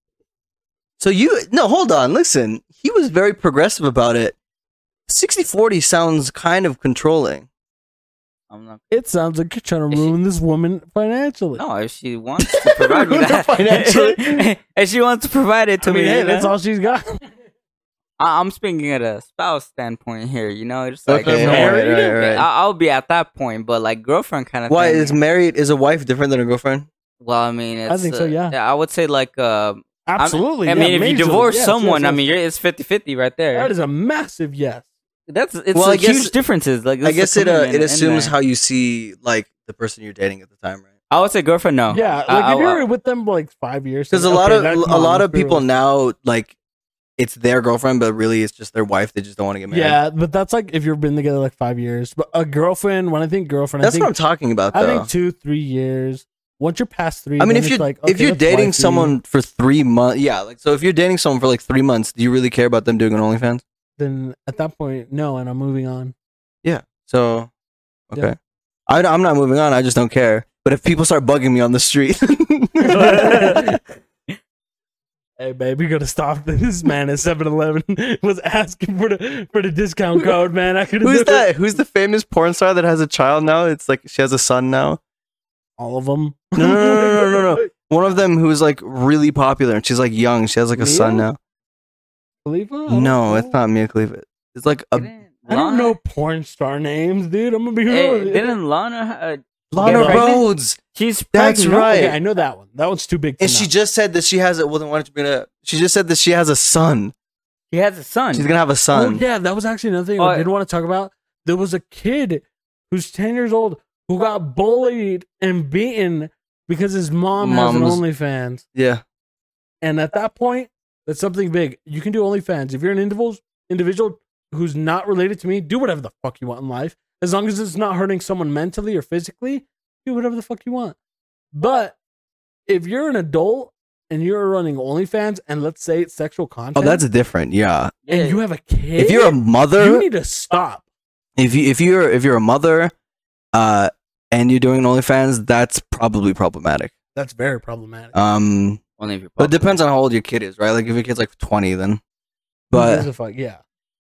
So you, no, hold on, listen. He was very progressive about it. 60-40 sounds kind of controlling. I'm not. It sounds like you're trying to Is she- ruin this woman financially. No, if she wants to provide me that, Financially? if she wants to provide it to I mean, me, hey, you that's know? all she's got. I- I'm speaking at a spouse standpoint here. You know, it's like Okay, no, all right, I- all right, all right. I'll be at that point, but like girlfriend kind of. Why thing. is married is a wife different than a girlfriend? Well, I mean, it's, think so, uh, yeah. I would say like. Uh, Absolutely. I yeah, mean, if you majorly. divorce Yes, someone, yes, I mean, yes. you're, it's 50-50 right there. that is a massive yes. That's it's Well, I like guess- huge differences. Like I it's a guess it uh, commitment it in assumes there. how you see like the person you're dating at the time, right? I would say girlfriend. Oh. No, Yeah, like I- if I- you're with them for like five years, Because a okay, lot of that- come a on, lot that's of people brutal. now like it's their girlfriend, but really it's just their wife. They just don't want to get married. Yeah, but that's like if you've been together like five years. But a girlfriend, when I think girlfriend, that's I think, what I'm talking about. I Though think two, three years. Once you're past three, I mean, then if it's you're like, if okay, you're that's dating wifey. someone for three months, yeah, like so if you're dating someone for like three months, do you really care about them doing an OnlyFans? then at that point, no, and I'm moving on. So, okay, Yeah. I, am not moving on. I just don't care. But if people start bugging me on the street, Hey, babe, we gotta stop this. This man at 7-Eleven was asking for the for the discount code, man. I could who's that? Who's the famous porn star that has a child now? It's like she has a son now. All of them. No, no, no, no, no, no, no. One of them who's like really popular and she's like young. She has like a son Mia? now. No, it's not Mia Khalifa. It's like a Didn't I don't Lana- know porn star names, dude. I'm gonna be real. eh, with you. Didn't Lana? Uh, Lana Yeah, pregnant? Rhodes, she's That's pregnant. No, right. okay, I know that one. That one's too big. For and she now. just said that she has it. Well, then why don't you bring it up? She just said that she has a son. She has a son. She's gonna have a Oh son. yeah, that was actually another thing Oh, I yeah. didn't want to talk about. There was a kid who's ten years old who got bullied and beaten because his mom has Mom's- an OnlyFans. Yeah. And at that point, that's something big. You can do OnlyFans. If you're an individual individual who's not related to me, do whatever the fuck you want in life. As long as it's not hurting someone mentally or physically, do whatever the fuck you want. But if you're an adult and you're running OnlyFans and let's say it's sexual content Oh, that's different. Yeah. and you have a kid If you're a mother, you need to stop. if you if you're if you're a mother, uh, and you're doing an OnlyFans, that's probably problematic. That's very problematic. Um, only if you're but it depends on how old your kid is, right? Like if your kid's like 20, then. Who gives But a fuck? yeah,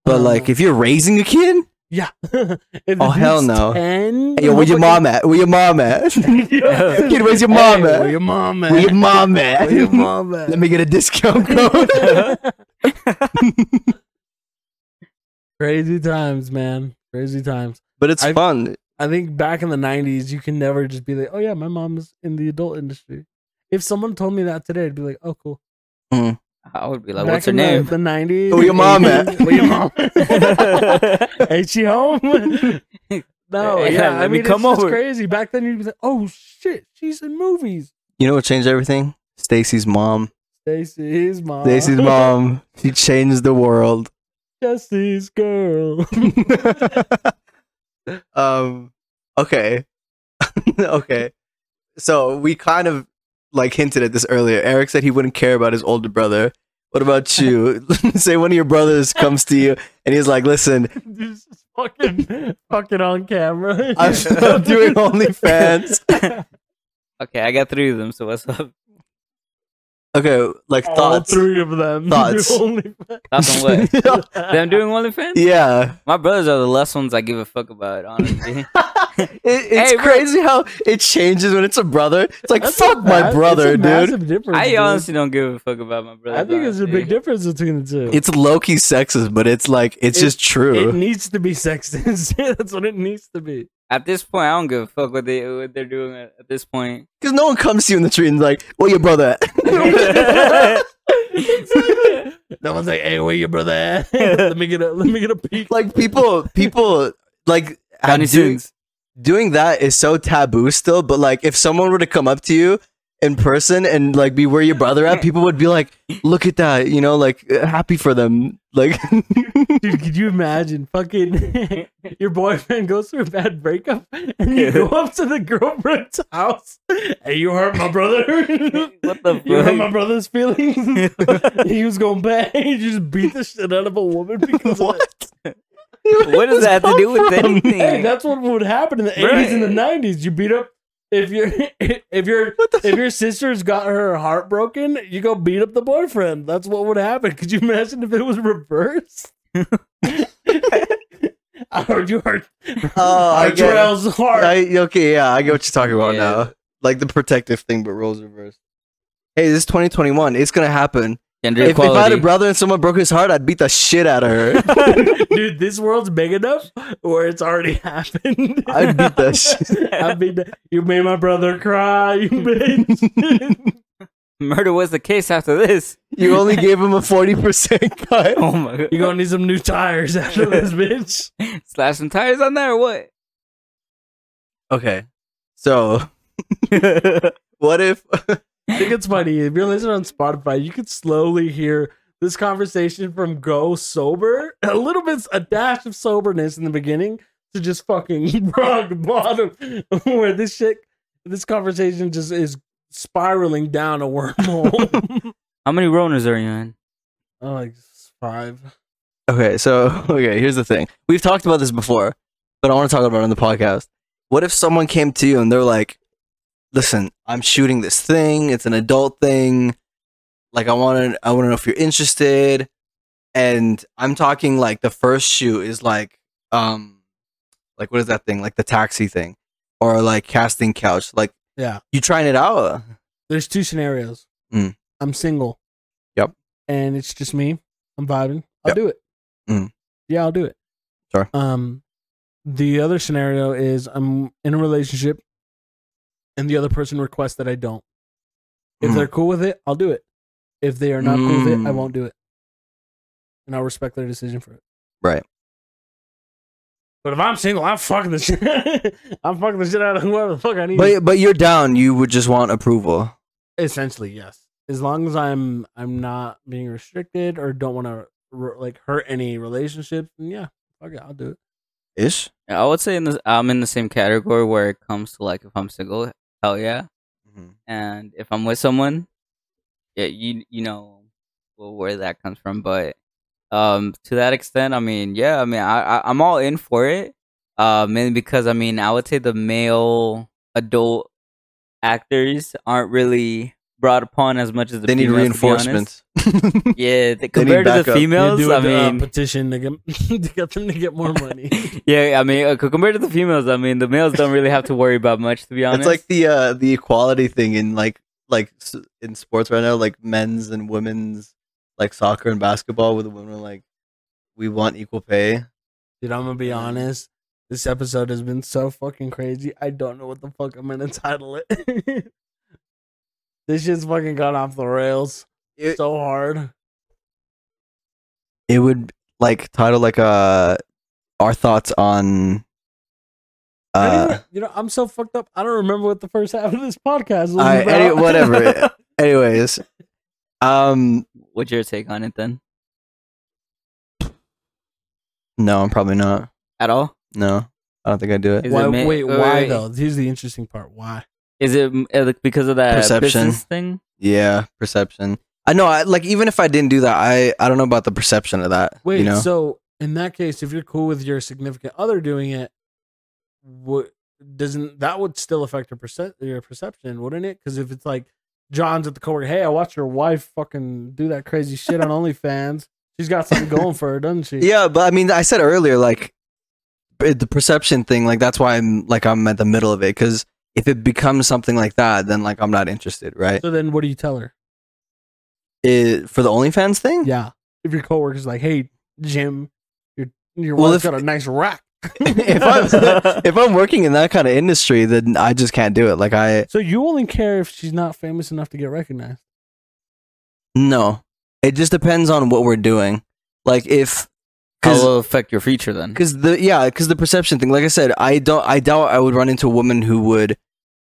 but like if you're raising a kid, yeah. If the Oh, hell dude's no. 10, yo, where your motherfucking- mom at? Where your mom at? Yeah. Kid, where's your Hey, mom at? Where your mom at? Where your mom at? Where your mom at? Let me get a discount code. Crazy times, man. Crazy times. but it's I've- fun. I think back in the '90s, you can never just be like, "Oh yeah, my mom's in the adult industry." If someone told me that today, I'd be like, "Oh cool." I would be like, Back what's her in name? The, the '90s. Where your mom at? Where your mom? Ain't she home? no, Hey, yeah. let I me mean, come it's just over. crazy. Back then, you'd be like, "Oh shit, she's in movies." You know what changed everything? Stacy's mom. Stacy's mom. Stacy's mom. She changed the world. Jesse's girl. um okay okay so we kind of like hinted at this earlier eric said he wouldn't care about his older brother what about you say one of your brothers comes to you and he's like listen this is fucking, fucking on camera. i'm, I'm doing onlyfans Okay, I got three of them. So what's up? Okay, like thoughts. All three of them. Thoughts. Only- Thoughts on what? Them doing OnlyFans? yeah, My brothers are the last ones I give a fuck about, honestly. It- it's Hey, bro. crazy how it changes when it's a brother. It's like That's fuck a my mass- brother, it's a dude. massive difference, I dude. honestly don't give a fuck about my brothers. I think it's a honestly. big difference between the two. It's low key sexist, but it's like it's It- just it true. needs to be sexist. That's what it needs to be. At this point, I don't give a fuck what they what they're doing at, at this point. Because no one comes to you in the street and is like, "Where your brother?" at?" no one's like, "Hey, where your brother?" at?" let me get a let me get a peek. like people, people like have Johnny doing, Sins. doing that is so taboo still. But like, if someone were to come up to you in person and like be where your brother at, people would be like, "Look at that," you know, like happy for them. Like, Dude, could you imagine? Fucking your boyfriend goes through a bad breakup, and you go up to the girlfriend's house. Hey, you hurt my brother. What the You hurt my fuck? brother's feelings. he was going bad. You just beat the shit out of a woman because of it. What does that have to do with anything? Hey, that's what would happen in the Right. eighties and the nineties. You beat up if your if your if your sister's got her heart broken, you go beat up the boyfriend. That's what would happen. Could you imagine if it was reversed? I heard you hurt Oh, I get it. Artrell's heart. I, okay, yeah, I get what you're talking about Yeah. now. Like the protective thing, but roles reversed. Hey, this is 2021. It's gonna happen. Gender If, if I had equality. a brother and someone broke his heart, I'd beat the shit out of her. Dude, this world's big enough where it's already happened. I'd beat the shit. I beat the, you made my brother cry, you bitch. Murder was the case after this. You only gave him a 40% cut. Oh my You're gonna need some new tires after this, bitch. god. Slash some tires on there or what? Okay, so what if? I think it's funny. If you're listening on Spotify, you could slowly hear this conversation from go sober, a little bit, a dash of soberness in the beginning to just fucking rock bottom, where this shit, this conversation just is spiraling down a wormhole. How many Roners are you in? oh, like five. Okay, so okay, here's the thing. We've talked about this before, but I want to talk about it on the podcast. What if someone came to you and they're like, "Listen, I'm shooting this thing. It's an adult thing. Like, I want to, I want to know if you're interested." And I'm talking like the first shoot is like, um, like what is that thing? Like the taxi thing, or like casting couch. Like, Yeah. you trying it out? There's two scenarios. Mm. I'm single. Yep. And it's just me. I'm vibing. I'll Yep. do it. Mm. Yeah, I'll do it. Sure. Um, the other scenario is I'm in a relationship, and the other person requests that I don't. If Mm. they're cool with it, I'll do it. If they are not cool with it, I Mm. won't do it. And I'll respect their decision for it. Right. But if I'm single, I'm fucking the shit. I'm fucking the shit out of whoever the fuck I need. to But but you're down. You would just want approval. essentially yes as long as i'm i'm not being restricted or don't want to like hurt any relationships then yeah fuck it, i'll do it Ish. I would say in the, I'm in the same category where it comes to like if I'm single, hell yeah. And if I'm with someone, yeah, you you know well, where that comes from. But um, to that extent, I mean, yeah, I mean, I, I I'm all in for it. Uh, mainly because I mean, I would say the male adult actors aren't really brought upon as much as the They need females, to be honest. reinforcements. Yeah, th- They need compared to backup. the females, You do I the, uh, mean, petition to get, to get them to get more money yeah, I mean, uh, c- compared to the females, I mean, the males don't really have to worry about much, to be honest. It's like the uh, the equality thing in like like s- in sports right now, like men's and women's like soccer and basketball, where the women are like, we want equal pay. dude i'm gonna be honest this episode has been so fucking crazy i don't know what the fuck i'm gonna title it this shit's fucking gone off the rails It, so hard it would like title like uh our thoughts on. I don't Uh, even- you know i'm so fucked up i don't remember what the first half of this podcast was I- about. any- whatever. anyways, um, What's your take on it then? no, I'm probably not. At all? No, I don't think I do it. Is why, it ma- wait, wait, why wait. though? Here's the interesting part. Why? Is it mm, uh, like, because of that Perception. business thing? Yeah, perception. I know. I like even if I didn't do that, I I don't know about the perception of that. Wait, you know? so in that case, if you're cool with your significant other doing it, what doesn't that would still affect your perce- your perception, wouldn't it? Because if it's like John's at the coworker, hey, I watched your wife fucking do that crazy shit on OnlyFans. She's got something going for her, doesn't she? Yeah, but I mean, I said earlier, like it- the perception thing, like that's why I'm like I'm at the middle of it because if it becomes something like that, then like I'm not interested, right? So then, what do you tell her? It, for the OnlyFans thing, Yeah. If your coworker's like, "Hey, Jim, your your Well, wife's if- got a nice rack," if I'm if I'm working in that kind of industry, then I just can't do it. Like I so you only care if she's not famous enough to get recognized. no, it just depends on what we're doing. Like if How because will it affect your future then? the yeah because the perception thing. Like I said, I don't I doubt I would run into a woman who would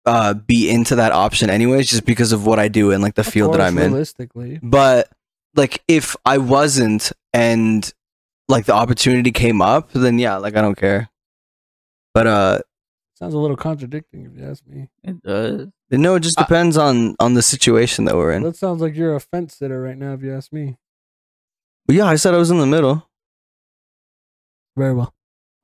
uh be into that option anyways, just because of what I do and like the Of field that course, I'm in. realistically, but like if i wasn't and like the opportunity came up then yeah like i don't care but uh sounds a little contradicting if you ask me. It does. no it just Uh, I- depends on on the situation that we're in That sounds like you're a fence sitter right now, if you ask me. Well, yeah i said i was in the middle Very well.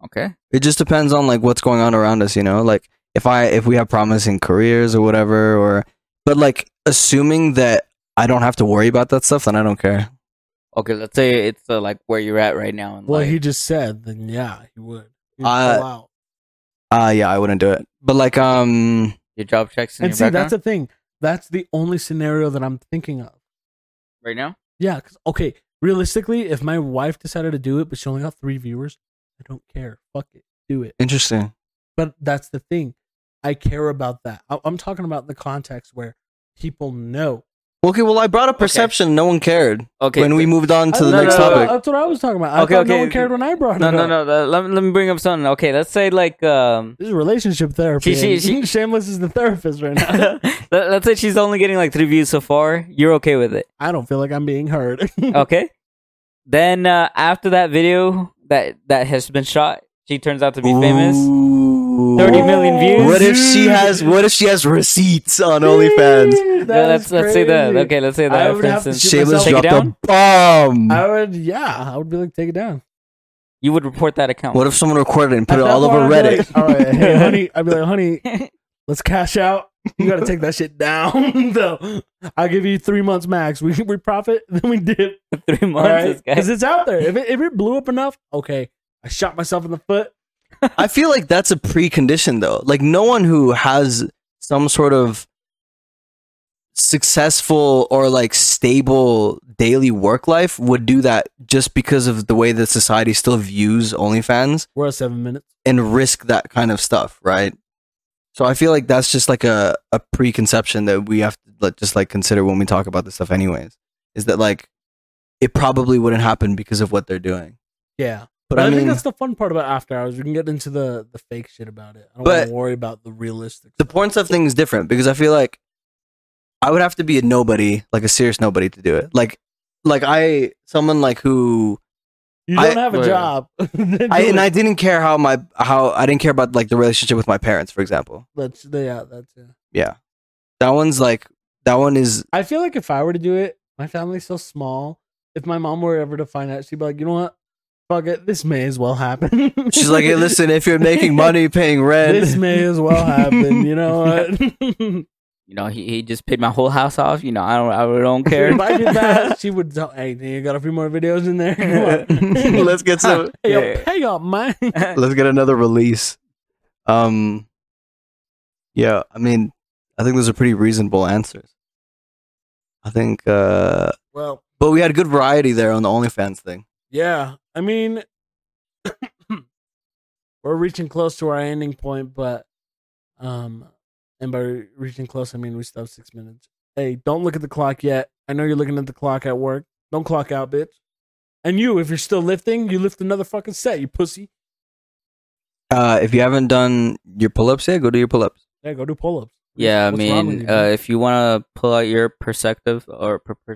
Okay. it just depends on like what's going on around us you know like if i if we have promising careers or whatever or but like assuming that i don't have to worry about that stuff then i don't care Okay. Let's say it's uh, like where you're at right now. And, Well, like, he just said, then yeah, he would. He'd Uh, pull out. uh yeah i wouldn't do it but like um your job checks and, And your see, background that's the thing. That's the only scenario that I'm thinking of. right now. Yeah, because okay, realistically, if my wife decided to do it, but she only got three viewers, I don't care. Fuck it, do it. interesting But that's the thing. I care about that. I- I'm talking about the context where people know. okay well i brought up perception no one cared Okay. when we moved on I- to the Uh, no, next no, no, topic. That's what I was talking about. I Okay, thought no okay. one cared when I brought no, it no, up. no, no. Let, me- let me bring up something. Okay. Let's say like um. This is relationship therapy. She- she- and Shameless is the therapist right now. let, let's say she's only getting like three views so far. You're okay with it. I don't feel like I'm being heard. Oh. Okay. then uh, after that video that that has been shot, she turns out to be famous. Ooh. 30 million views. What if she has? What if she has receipts on OnlyFans? Dude, Yeah, let's is let's say that. crazy. Okay, let's say I that. would For have to instance, shoot Shameless Shameless myself. take dropped it down. a bomb. I would, yeah, I would be like, take it down. You would report that account. What if someone recorded it and At put it that all over point, I'd be Reddit? like, all right, hey, honey, I'd be like, honey, let's cash out. You got to take that shit down, though. I'll give you three months max. We we profit, then we dip. three All months, right, because guys. it's out there. If it, if it blew up enough, okay, I shot myself in the foot. I feel like that's a precondition, though. Like no one who has some sort of successful or like stable daily work life would do that just because of the way that society still views OnlyFans. We're at seven minutes. and risk that kind of stuff, right? So I feel like that's just like a, a preconception that we have to like, just like consider when we talk about this stuff, anyways. Is that like it probably wouldn't happen because of what they're doing? Yeah, But, but I, I, mean, think that's the fun part about after hours. We can get into the the fake shit about it. I don't But- want to worry about the realistic. the porn stuff thing is different because I feel like I would have to be a nobody, like a serious nobody, to do it. Like, like I someone like who You I- don't have a wait. job. Then I do it. and I didn't care how my how I didn't care about like the relationship with my parents, for example. That's yeah. That's yeah. Yeah, that one's like that one is I feel like if I were to do it, my family's so small. If my mom were ever to find out, she'd be like, you know what? Fuck it. This may as well happen. She's like, hey, listen, if you're making money paying This rent, may as well happen. You know what? You know, he, he just paid my whole house off. You know, I don't I really don't care. if I did that, she would tell, hey, you got a few more videos in there. Come on. let's get some. hey, yo, Yeah. pay up, man. Let's get another release. Um, yeah, I mean, I think those are pretty reasonable answers. I think, uh, Well, but we had good variety there on the OnlyFans thing. yeah. I mean, we're reaching close to our ending point, but, um, and by re- reaching close, I mean we still have six minutes. Hey, don't look at the clock yet. I know you're looking at the clock at work. Don't clock out, bitch. And you, if you're still lifting, you lift another fucking set, you pussy. Uh, if you haven't done your pull ups yet, go do your pull ups. Yeah, go do pull ups. yeah, I What's wrong with mean, you, uh, dude? if you want to pull out your perspective or per, per,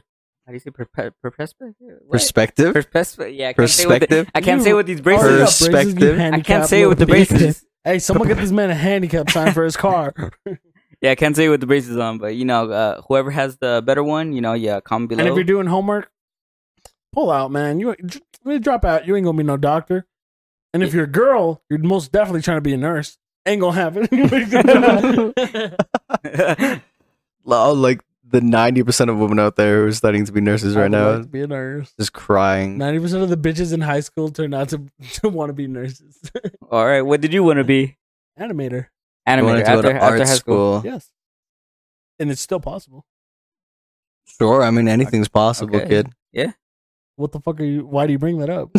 how do you say per, per, perspective? Perspective. Perspective. Yeah, I can't say with the- Perspective? I can't say with these Oh, braces. yeah, braces, Pers- you Perspective. I I can't handicapped say it with the little bitch. braces. Hey, someone get this man a handicap sign for his car. Yeah, I can't say it with the braces on. But you know, uh, whoever has the better one, you know, yeah, comment below. And if you're doing homework, pull out, man. You dr- drop out. You ain't gonna be no doctor. And if you're a girl, you're most definitely trying to be a nurse. Ain't gonna happen. Lo- like the ninety percent of women out there who are studying to be nurses right I would like now to be a nurse. just Mm. crying. Ninety percent of the bitches in high school turn out to to want to be nurses. All right, what did you want to be? Animator. I wanted to Animator go after, to after art high school. school. Yes. And it's still possible. Sure, I mean anything's possible, Okay. kid. What the fuck are you? Why do you bring that up?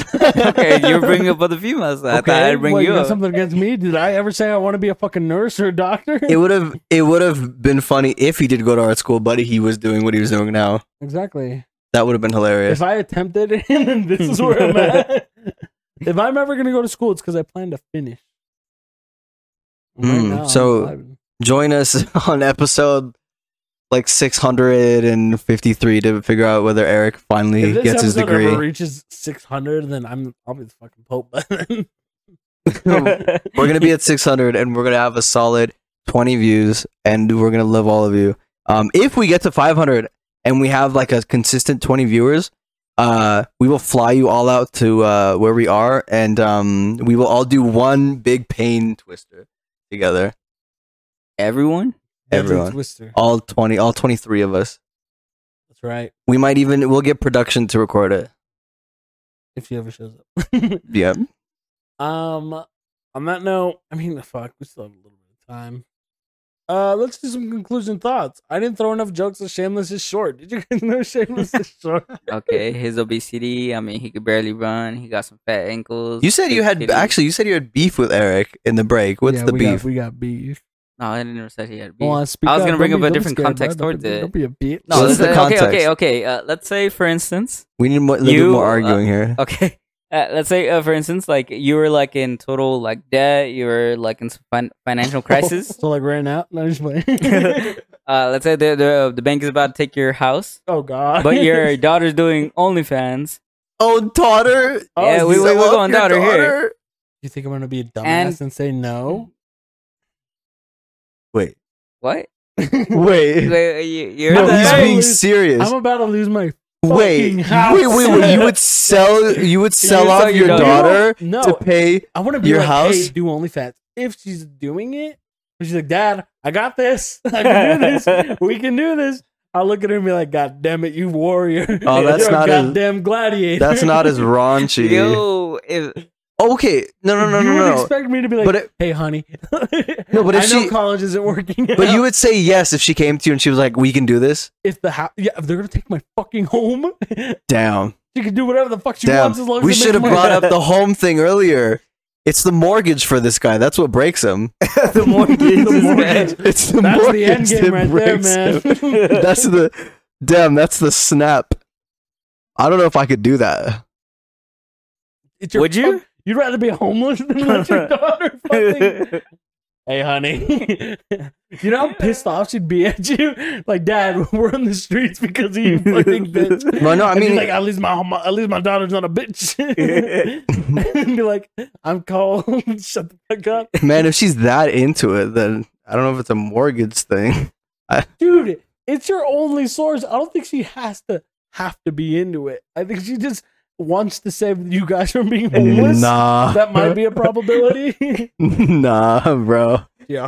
okay, you're bringing up other females. I thought I'd bring what, you got up. Something against me? Did I ever say I want to be a fucking nurse or a doctor? It would have it would have been funny if he did go to art school, but he was doing what he was doing now. exactly. That would have been hilarious. If I attempted it, then this is where I'm at. if I'm ever gonna go to school, it's because I plan to finish. Mm, I'm so- vibing. Join us on episode like six hundred and fifty three to figure out whether Eric finally if this gets his episode degree. ever reaches 600, then I'm I'll be the fucking pope by then. we're gonna be at 600 and we're gonna have a solid 20 views and we're gonna love all of you um if we get to 500 and we have like a consistent 20 viewers uh we will fly you all out to uh where we are and um we will all do one big pain twister together Everyone? Everyone. Twister. all 20 all 23 of us That's right. we might even we'll get production to record it If she ever shows up. yeah Um, on that note, I mean, fuck, we still have a little bit of time. Uh, let's do some conclusion thoughts. I didn't throw enough jokes. That Shameless is short. Did you guys know Shameless is short? Okay, his obesity. I mean, he could barely run. He got some fat ankles. you said you big had titties. actually you said you had beef with eric in the break what's Yeah, the we beef Got, we got beef. No, I never said he had Come beef. on, speak I was up. gonna bring Don't up a be- don't be different scared, context Oh, bro. towards don't, be- it. Don't be a bitch. No, So let's this is say, the okay, okay, context. okay. Uh, let's say, for instance, we need more, a little You, bit more uh, arguing here okay, uh, let's say, uh, for instance, like you were like in total like debt, you were like in some fin- Oh. financial crisis. So like ran out. No, I'm just playing. uh, let's say the, the the bank is about to take your house, oh God. but your daughter's doing OnlyFans. own daughter. Yeah, we- You we- we love going your daughter here. You think I'm gonna be a dumbass and, And- say no? Wait, What? wait. Wait, you, you're No, the- he's Hey, being Luis, serious. I'm about to lose my wait, fucking house. wait, wait, wait. You would sell. You would sell would off sell your your daughter daughter? No. to pay. I want to be Your like, house? Hey, do OnlyFans if she's doing it. But she's like, Dad, I got this. I can do this. we can do this. I look at her and be like, God damn it, you warrior! Oh, that's You're not a as- goddamn gladiator. That's not as raunchy. yo, if, Okay, no, no, no, you would no, no. expect me to be like, But it- Hey, honey. No, but if I know she- college isn't working. But out. you would say yes if she came to you and she was like, "We can do this." if the house, yeah, if they're gonna take my fucking home, Damn, she can do whatever the fuck she damn. wants as long as We it should have makes brought money. up the home thing earlier. It's the mortgage for this guy. That's what breaks him. the mortgage The is mortgage. bad. It's the That's the mortgage end game that right there, breaks man. him. that's the damn that's the snap i don't know if i could do that It's your Would you? fuck- You'd rather be homeless than let your daughter fucking hey honey you know how pissed off she'd be at you like dad we're on the streets because of you fucking bitch No, no, I And you're mean- like at least my, my at least my daughter's not a bitch and be like i'm cold shut the fuck up man if she's that into it then i don't know if it's a mortgage thing dude it's your only source i don't think she has to have to be into it i think she just wants to save you guys from being homeless nah that might be a probability nah bro yeah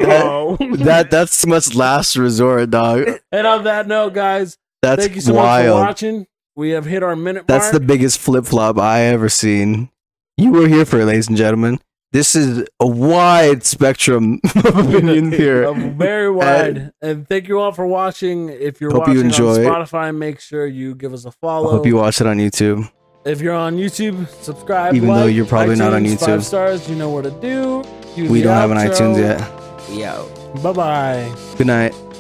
that that's much last resort dog and on that note guys that's thank you so much for wild watching we have hit our minute that's mark. the biggest flip-flop i ever seen you were here for it ladies and gentlemen this is a wide spectrum of opinions Uh, here very wide. And, thank you all for watching. If you're Hope watching you enjoyed. on Spotify, make sure you give us a i follow. hope you watch it on youtube if you're on YouTube, subscribe. Even like, though you're probably not on iTunes, YouTube. Five stars. You know what to do. Do we the don't have an outro. itunes yet Yo. Bye bye. good night